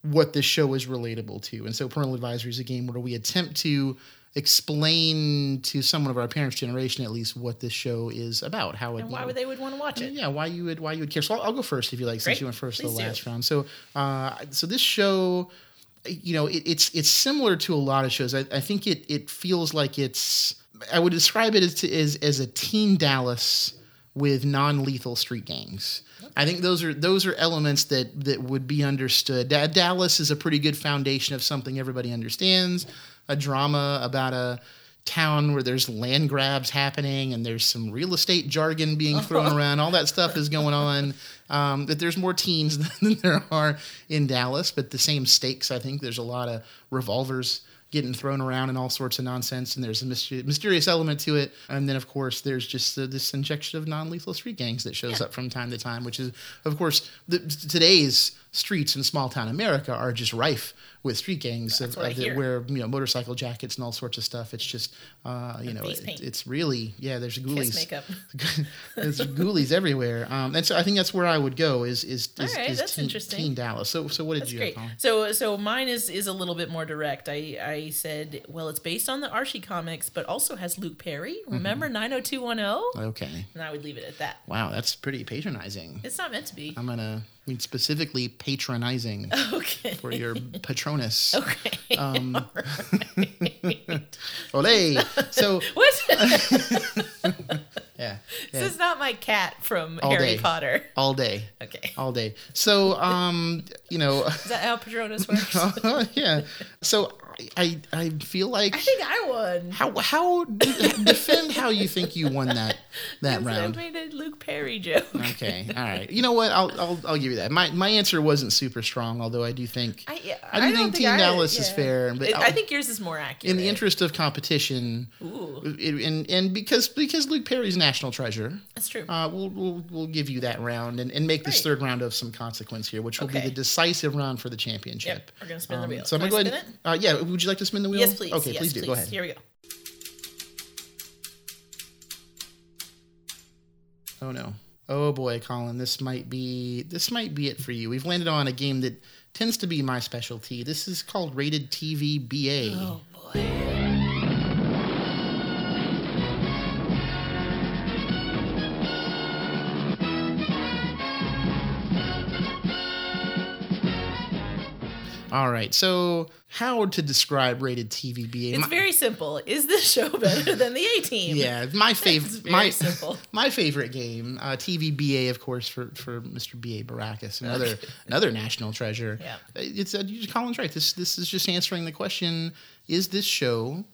[SPEAKER 1] what this show is relatable to. And so Parental Advisory is a game where we attempt to explain to someone of our parents' generation at least what this show is about. How it
[SPEAKER 2] And
[SPEAKER 1] you
[SPEAKER 2] why
[SPEAKER 1] know,
[SPEAKER 2] would they would want to watch it?
[SPEAKER 1] yeah, why you would why you would care. So I'll, I'll go first if you like, since
[SPEAKER 2] Great.
[SPEAKER 1] you went first the
[SPEAKER 2] Please do.
[SPEAKER 1] last round. So uh, so this show, you know, it, it's it's similar to a lot of shows. I, I think it it feels like it's. I would describe it as to, as, as a teen Dallas with non lethal street gangs. I think those are those are elements that that would be understood. Da- Dallas is a pretty good foundation of something everybody understands. A drama about a town where there's land grabs happening and there's some real estate jargon
[SPEAKER 2] Oh.
[SPEAKER 1] being thrown around. All that stuff is going on. Um, that there's more teens than there are in Dallas, but the same stakes. I think there's a lot of revolvers getting thrown around and all sorts of nonsense, and there's a myster- mysterious element to it. And then, of course, there's just uh, this injection of non-lethal street gangs that shows up from time to time, which is, of course, the, today's streets in small-town America are just rife with street gangs of,
[SPEAKER 2] what I
[SPEAKER 1] of the,
[SPEAKER 2] hear.
[SPEAKER 1] where you know motorcycle jackets and all sorts of stuff. It's just, uh, you know,
[SPEAKER 2] face
[SPEAKER 1] it-
[SPEAKER 2] paint.
[SPEAKER 1] it's really yeah. There's ghoulies.
[SPEAKER 2] makeup.
[SPEAKER 1] there's ghoulies everywhere. Um, and so I think that's where I would go. Is is is,
[SPEAKER 2] right,
[SPEAKER 1] is
[SPEAKER 2] that's
[SPEAKER 1] teen,
[SPEAKER 2] interesting.
[SPEAKER 1] teen Dallas. So so what did
[SPEAKER 2] That's
[SPEAKER 1] you
[SPEAKER 2] great.
[SPEAKER 1] Have, Colin?
[SPEAKER 2] So so mine is is a little bit more direct. I I said, well, it's based on the Archie comics, but also has Luke Perry.
[SPEAKER 1] Mm-hmm.
[SPEAKER 2] Remember 90210?
[SPEAKER 1] Okay.
[SPEAKER 2] And I would leave it at that.
[SPEAKER 1] Wow, that's pretty patronizing.
[SPEAKER 2] It's not meant to be.
[SPEAKER 1] I'm gonna I mean specifically patronizing
[SPEAKER 2] Okay.
[SPEAKER 1] for Um, your patronus.
[SPEAKER 2] Okay.
[SPEAKER 1] Olay. So
[SPEAKER 2] what? this
[SPEAKER 1] yeah, yeah,
[SPEAKER 2] is not my cat from
[SPEAKER 1] All
[SPEAKER 2] Harry
[SPEAKER 1] day.
[SPEAKER 2] Potter.
[SPEAKER 1] all day,
[SPEAKER 2] Okay.
[SPEAKER 1] all day. So um, you know,
[SPEAKER 2] Is that how Patronus works? I
[SPEAKER 1] yeah. So I I, I feel like
[SPEAKER 2] think I won.
[SPEAKER 1] how how defend how you think you won that that
[SPEAKER 2] 'Cause I
[SPEAKER 1] round.
[SPEAKER 2] made a Luke Perry joke.
[SPEAKER 1] Okay, all right. You know what? I'll, I'll I'll give you that. My my answer wasn't super strong, although I do think
[SPEAKER 2] I, yeah,
[SPEAKER 1] I do think
[SPEAKER 2] don't think
[SPEAKER 1] Team
[SPEAKER 2] I-
[SPEAKER 1] Dallas is
[SPEAKER 2] yeah.
[SPEAKER 1] fair, but
[SPEAKER 2] It-
[SPEAKER 1] I'll-
[SPEAKER 2] I think yours is more accurate.
[SPEAKER 1] in the interest of competition,
[SPEAKER 2] Ooh,
[SPEAKER 1] it- and and because because Luke Perry's a national treasure,
[SPEAKER 2] that's true.
[SPEAKER 1] uh, we'll, we'll we'll give you that round and, and make this
[SPEAKER 2] Great.
[SPEAKER 1] third round of some consequence here, which will be
[SPEAKER 2] Okay.
[SPEAKER 1] the decisive round for the championship.
[SPEAKER 2] Yep, we're gonna spin the
[SPEAKER 1] Um,
[SPEAKER 2] wheel.
[SPEAKER 1] So I'm
[SPEAKER 2] Can
[SPEAKER 1] gonna go
[SPEAKER 2] I
[SPEAKER 1] ahead.
[SPEAKER 2] spin
[SPEAKER 1] Uh, yeah, would you like to spin the wheel?
[SPEAKER 2] Yes, please.
[SPEAKER 1] Okay,
[SPEAKER 2] yes,
[SPEAKER 1] please do. Go ahead.
[SPEAKER 2] Here we go.
[SPEAKER 1] Oh no. Oh boy, Colin, this might be this might be it for you. We've landed on a game that tends to be my specialty. This is called Rated TV BA.
[SPEAKER 2] Oh boy.
[SPEAKER 1] All right. So, how to describe Rated TV BA?
[SPEAKER 2] It's
[SPEAKER 1] My-
[SPEAKER 2] very simple. Is this show better than the A Team?
[SPEAKER 1] yeah, my
[SPEAKER 2] It's
[SPEAKER 1] favorite,
[SPEAKER 2] very
[SPEAKER 1] my
[SPEAKER 2] simple.
[SPEAKER 1] my favorite game, uh, TVBA, of course, for, for Mr. B.A. Baracus, another another national treasure.
[SPEAKER 2] Yeah.
[SPEAKER 1] it's uh, you- Colin's right. This this is just answering the question: Is this show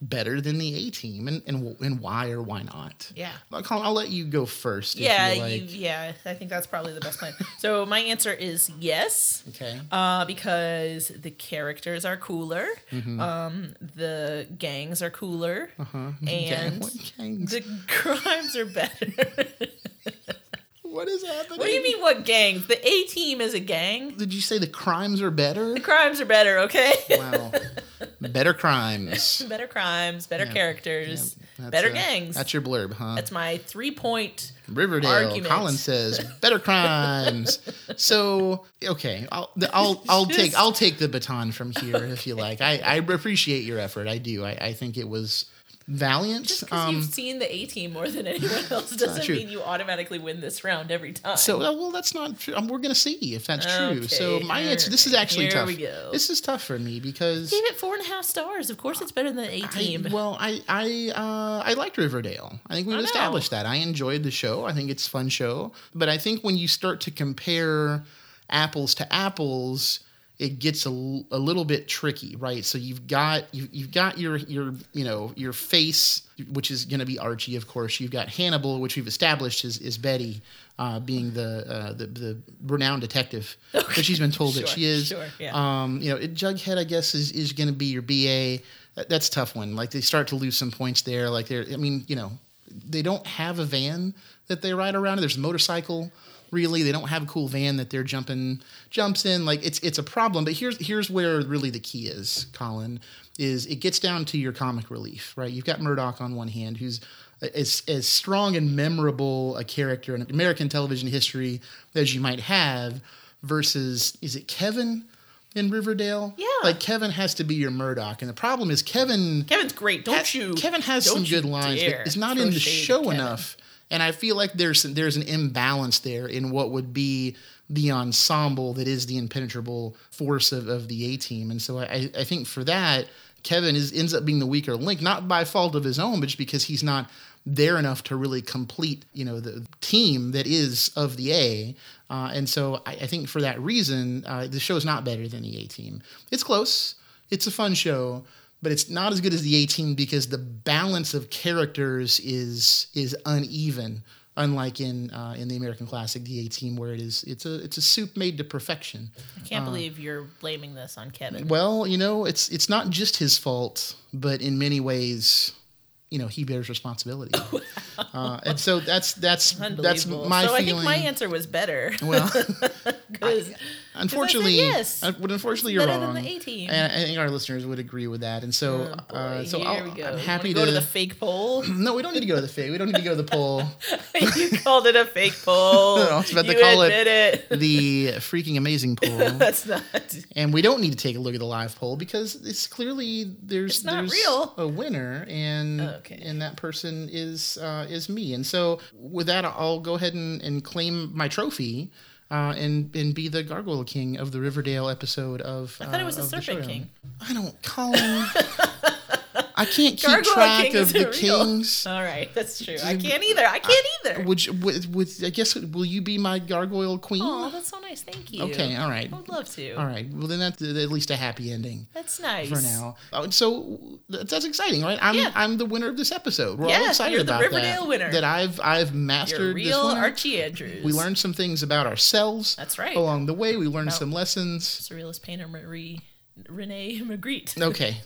[SPEAKER 1] better than the A Team, and and wh- and why or why not?
[SPEAKER 2] Yeah.
[SPEAKER 1] Well, Colin, I'll let you go first. if
[SPEAKER 2] Yeah,
[SPEAKER 1] you like.
[SPEAKER 2] you, yeah. I think that's probably the best plan. so my answer is yes,
[SPEAKER 1] okay.
[SPEAKER 2] uh, because the characters are cooler,
[SPEAKER 1] Mm-hmm.
[SPEAKER 2] um, the gangs are cooler,
[SPEAKER 1] Uh-huh.
[SPEAKER 2] and
[SPEAKER 1] what, gangs?
[SPEAKER 2] the crimes are better.
[SPEAKER 1] what is happening?
[SPEAKER 2] what do you mean? What gangs? The A Team is a gang.
[SPEAKER 1] Did you say the crimes are better?
[SPEAKER 2] The crimes are better. Okay.
[SPEAKER 1] wow, better crimes.
[SPEAKER 2] better crimes, better
[SPEAKER 1] Yeah.
[SPEAKER 2] characters,
[SPEAKER 1] Yeah, that's,
[SPEAKER 2] better
[SPEAKER 1] uh,
[SPEAKER 2] gangs.
[SPEAKER 1] That's your blurb, huh?
[SPEAKER 2] That's my three point.
[SPEAKER 1] Riverdale.
[SPEAKER 2] argument.
[SPEAKER 1] Colin says better crimes. so okay, I'll the- I'll I'll take I'll take the baton from here if you like. I, I appreciate your effort. I do. I, I think it was valiant. Um,
[SPEAKER 2] Because you've seen the A team more than anyone else doesn't
[SPEAKER 1] true.
[SPEAKER 2] mean you automatically win this round every time.
[SPEAKER 1] So uh, well, that's not true. Um, we're gonna see if that's true. So
[SPEAKER 2] Okay,
[SPEAKER 1] my
[SPEAKER 2] all
[SPEAKER 1] answer. This is
[SPEAKER 2] right,
[SPEAKER 1] actually
[SPEAKER 2] here
[SPEAKER 1] tough.
[SPEAKER 2] we go.
[SPEAKER 1] This is tough for me because
[SPEAKER 2] gave it four and a half stars. Of course, it's better than the A
[SPEAKER 1] I-
[SPEAKER 2] team.
[SPEAKER 1] well, I I uh, I liked Riverdale. I think we've
[SPEAKER 2] know.
[SPEAKER 1] established that. I enjoyed the show. I think it's a fun show. But I think when you start to compare apples to apples, it gets a, l- a little bit tricky, right? So you've got you, you've got your your you know your face, which is going to be Archie, of course. You've got Hannibal, which we've established is is Betty. Uh, being the, uh, the the renowned detective that she's been told that
[SPEAKER 2] sure,
[SPEAKER 1] she is,
[SPEAKER 2] sure, yeah.
[SPEAKER 1] um, you know, it- Jughead, I guess, is, is going to be your BA. That- That's a tough one. Like they start to lose some points there. Like they're, I mean, you know, they don't have a van that they ride around. in. There's a motorcycle. Really, they don't have a cool van that they're jumping jumps in. Like it's it's a problem. But here's here's where really the key is, Colin, is it gets down to your comic relief, right? You've got Murdoch on one hand, who's as as strong and memorable a character in American television history as you might have, versus is it Kevin in Riverdale?
[SPEAKER 2] Yeah.
[SPEAKER 1] like Kevin has to be your Murdoch, and the problem is Kevin.
[SPEAKER 2] Kevin's great. Don't
[SPEAKER 1] Ha-
[SPEAKER 2] you?
[SPEAKER 1] Kevin has
[SPEAKER 2] don't
[SPEAKER 1] some
[SPEAKER 2] you
[SPEAKER 1] good lines,
[SPEAKER 2] dare
[SPEAKER 1] but it's not
[SPEAKER 2] throw
[SPEAKER 1] in the
[SPEAKER 2] shade at
[SPEAKER 1] show
[SPEAKER 2] Kevin.
[SPEAKER 1] enough. And I feel like there's there's an imbalance there in what would be the ensemble that is the impenetrable force of, of the A team. And so I, I think for that, Kevin is ends up being the weaker link, not by fault of his own, but just because he's not there enough to really complete, you know, the team that is of the A. Uh, and so I, I think for that reason, uh, the show is not better than the A team. It's close. It's a fun show, but it's not as good as the 18 because the balance of characters is is uneven. Unlike in uh, in the American classic, the 18, where it is it's a it's a soup made to perfection.
[SPEAKER 2] I can't believe you're blaming this on Kevin.
[SPEAKER 1] Well, you know, it's it's not just his fault, but in many ways, you know, he bears responsibility. uh, and so that's that's that's
[SPEAKER 2] Unbelievable.
[SPEAKER 1] my
[SPEAKER 2] so I
[SPEAKER 1] feeling.
[SPEAKER 2] think my answer was better.
[SPEAKER 1] well,
[SPEAKER 2] 'cause
[SPEAKER 1] unfortunately,
[SPEAKER 2] yes.
[SPEAKER 1] uh, but unfortunately, you're
[SPEAKER 2] better
[SPEAKER 1] wrong.
[SPEAKER 2] than the 18.
[SPEAKER 1] And I think our listeners would agree with that. And so, uh,
[SPEAKER 2] boy,
[SPEAKER 1] so
[SPEAKER 2] here
[SPEAKER 1] I'll,
[SPEAKER 2] we go.
[SPEAKER 1] I'm
[SPEAKER 2] You
[SPEAKER 1] happy
[SPEAKER 2] wanna go to the fake poll.
[SPEAKER 1] No, we don't need to go to the fake. We don't need to go to the poll.
[SPEAKER 2] you called it a fake poll.
[SPEAKER 1] I was about to
[SPEAKER 2] you
[SPEAKER 1] call it-
[SPEAKER 2] admit it.
[SPEAKER 1] the freaking amazing poll.
[SPEAKER 2] That's not.
[SPEAKER 1] And we don't need to take a look at the live poll because it's clearly there's
[SPEAKER 2] It's not
[SPEAKER 1] there's
[SPEAKER 2] real.
[SPEAKER 1] a winner and
[SPEAKER 2] Okay.
[SPEAKER 1] and that person is uh, is me. And so with that I'll go ahead and, and claim my trophy uh, and and be the gargoyle king of the Riverdale episode of
[SPEAKER 2] I thought it was
[SPEAKER 1] uh,
[SPEAKER 2] the
[SPEAKER 1] of the
[SPEAKER 2] Serpent
[SPEAKER 1] showdown.
[SPEAKER 2] King.
[SPEAKER 1] I don't call him I can't keep
[SPEAKER 2] Gargoyle
[SPEAKER 1] track
[SPEAKER 2] King
[SPEAKER 1] of
[SPEAKER 2] isn't
[SPEAKER 1] the
[SPEAKER 2] real.
[SPEAKER 1] kings.
[SPEAKER 2] All right, that's true. I
[SPEAKER 1] Dude,
[SPEAKER 2] can't either. I can't either.
[SPEAKER 1] Would, you, would, would I guess will you be my gargoyle queen?
[SPEAKER 2] Oh, that's so nice. Thank you.
[SPEAKER 1] Okay, all right.
[SPEAKER 2] I would love to.
[SPEAKER 1] All right. Well, then that's at least a happy ending
[SPEAKER 2] That's nice.
[SPEAKER 1] for now. Oh, and so that's that's exciting, right? I'm
[SPEAKER 2] Yeah.
[SPEAKER 1] I'm the winner of this episode. We're all
[SPEAKER 2] Yeah,
[SPEAKER 1] excited
[SPEAKER 2] you're the
[SPEAKER 1] about
[SPEAKER 2] Riverdale
[SPEAKER 1] that.
[SPEAKER 2] winner.
[SPEAKER 1] That I've I've
[SPEAKER 2] You're
[SPEAKER 1] mastered
[SPEAKER 2] real
[SPEAKER 1] this winner.
[SPEAKER 2] Archie Andrews.
[SPEAKER 1] We learned some things about ourselves.
[SPEAKER 2] That's right.
[SPEAKER 1] Along the way, we learned
[SPEAKER 2] About-
[SPEAKER 1] some lessons.
[SPEAKER 2] surrealist painter Marie Renee Magritte.
[SPEAKER 1] Okay.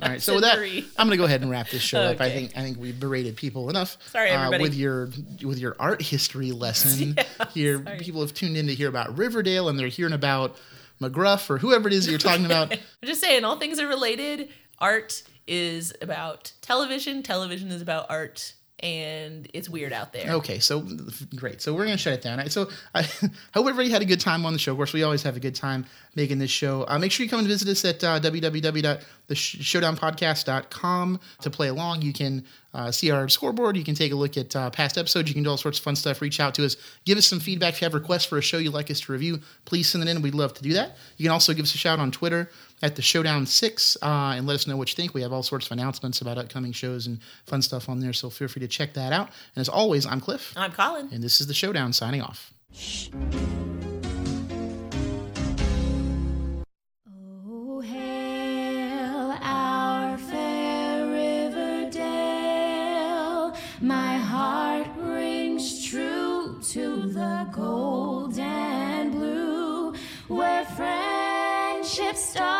[SPEAKER 1] All right. So
[SPEAKER 2] said
[SPEAKER 1] with that,
[SPEAKER 2] three.
[SPEAKER 1] I'm gonna go ahead and wrap this show up. I
[SPEAKER 2] Okay.
[SPEAKER 1] think I think we've berated people enough. uh,
[SPEAKER 2] Sorry, everybody.
[SPEAKER 1] with your with your art history lesson here,
[SPEAKER 2] sorry.
[SPEAKER 1] people have tuned in to hear about Riverdale, and they're hearing about McGruff or whoever it is you're talking about.
[SPEAKER 2] I'm just saying, all things are related. Art is about television. Television is about art. and it's weird out there.
[SPEAKER 1] Okay, so great. So we're gonna shut it down. I- So I hope everybody had a good time on the show. Of course, we always have a good time making this show. Uh, make sure you come and visit us at uh, www.theshowdownpodcast.com to play along. You can uh, see our scoreboard. You can take a look at uh, past episodes. You can do all sorts of fun stuff. Reach out to us. Give us some feedback. If you have requests for a show you'd like us to review, please send it in. We'd love to do that. You can also give us a shout on Twitter at the Showdown Six uh, and let us know what you think. We have all sorts of announcements about upcoming shows and fun stuff on there, so feel free to check that out. And as always, I'm Cliff,
[SPEAKER 2] I'm Colin.
[SPEAKER 1] and this is the Showdown signing off.
[SPEAKER 3] Oh, hail our fair Riverdale. My heart rings true to the gold and blue, where friendship starts.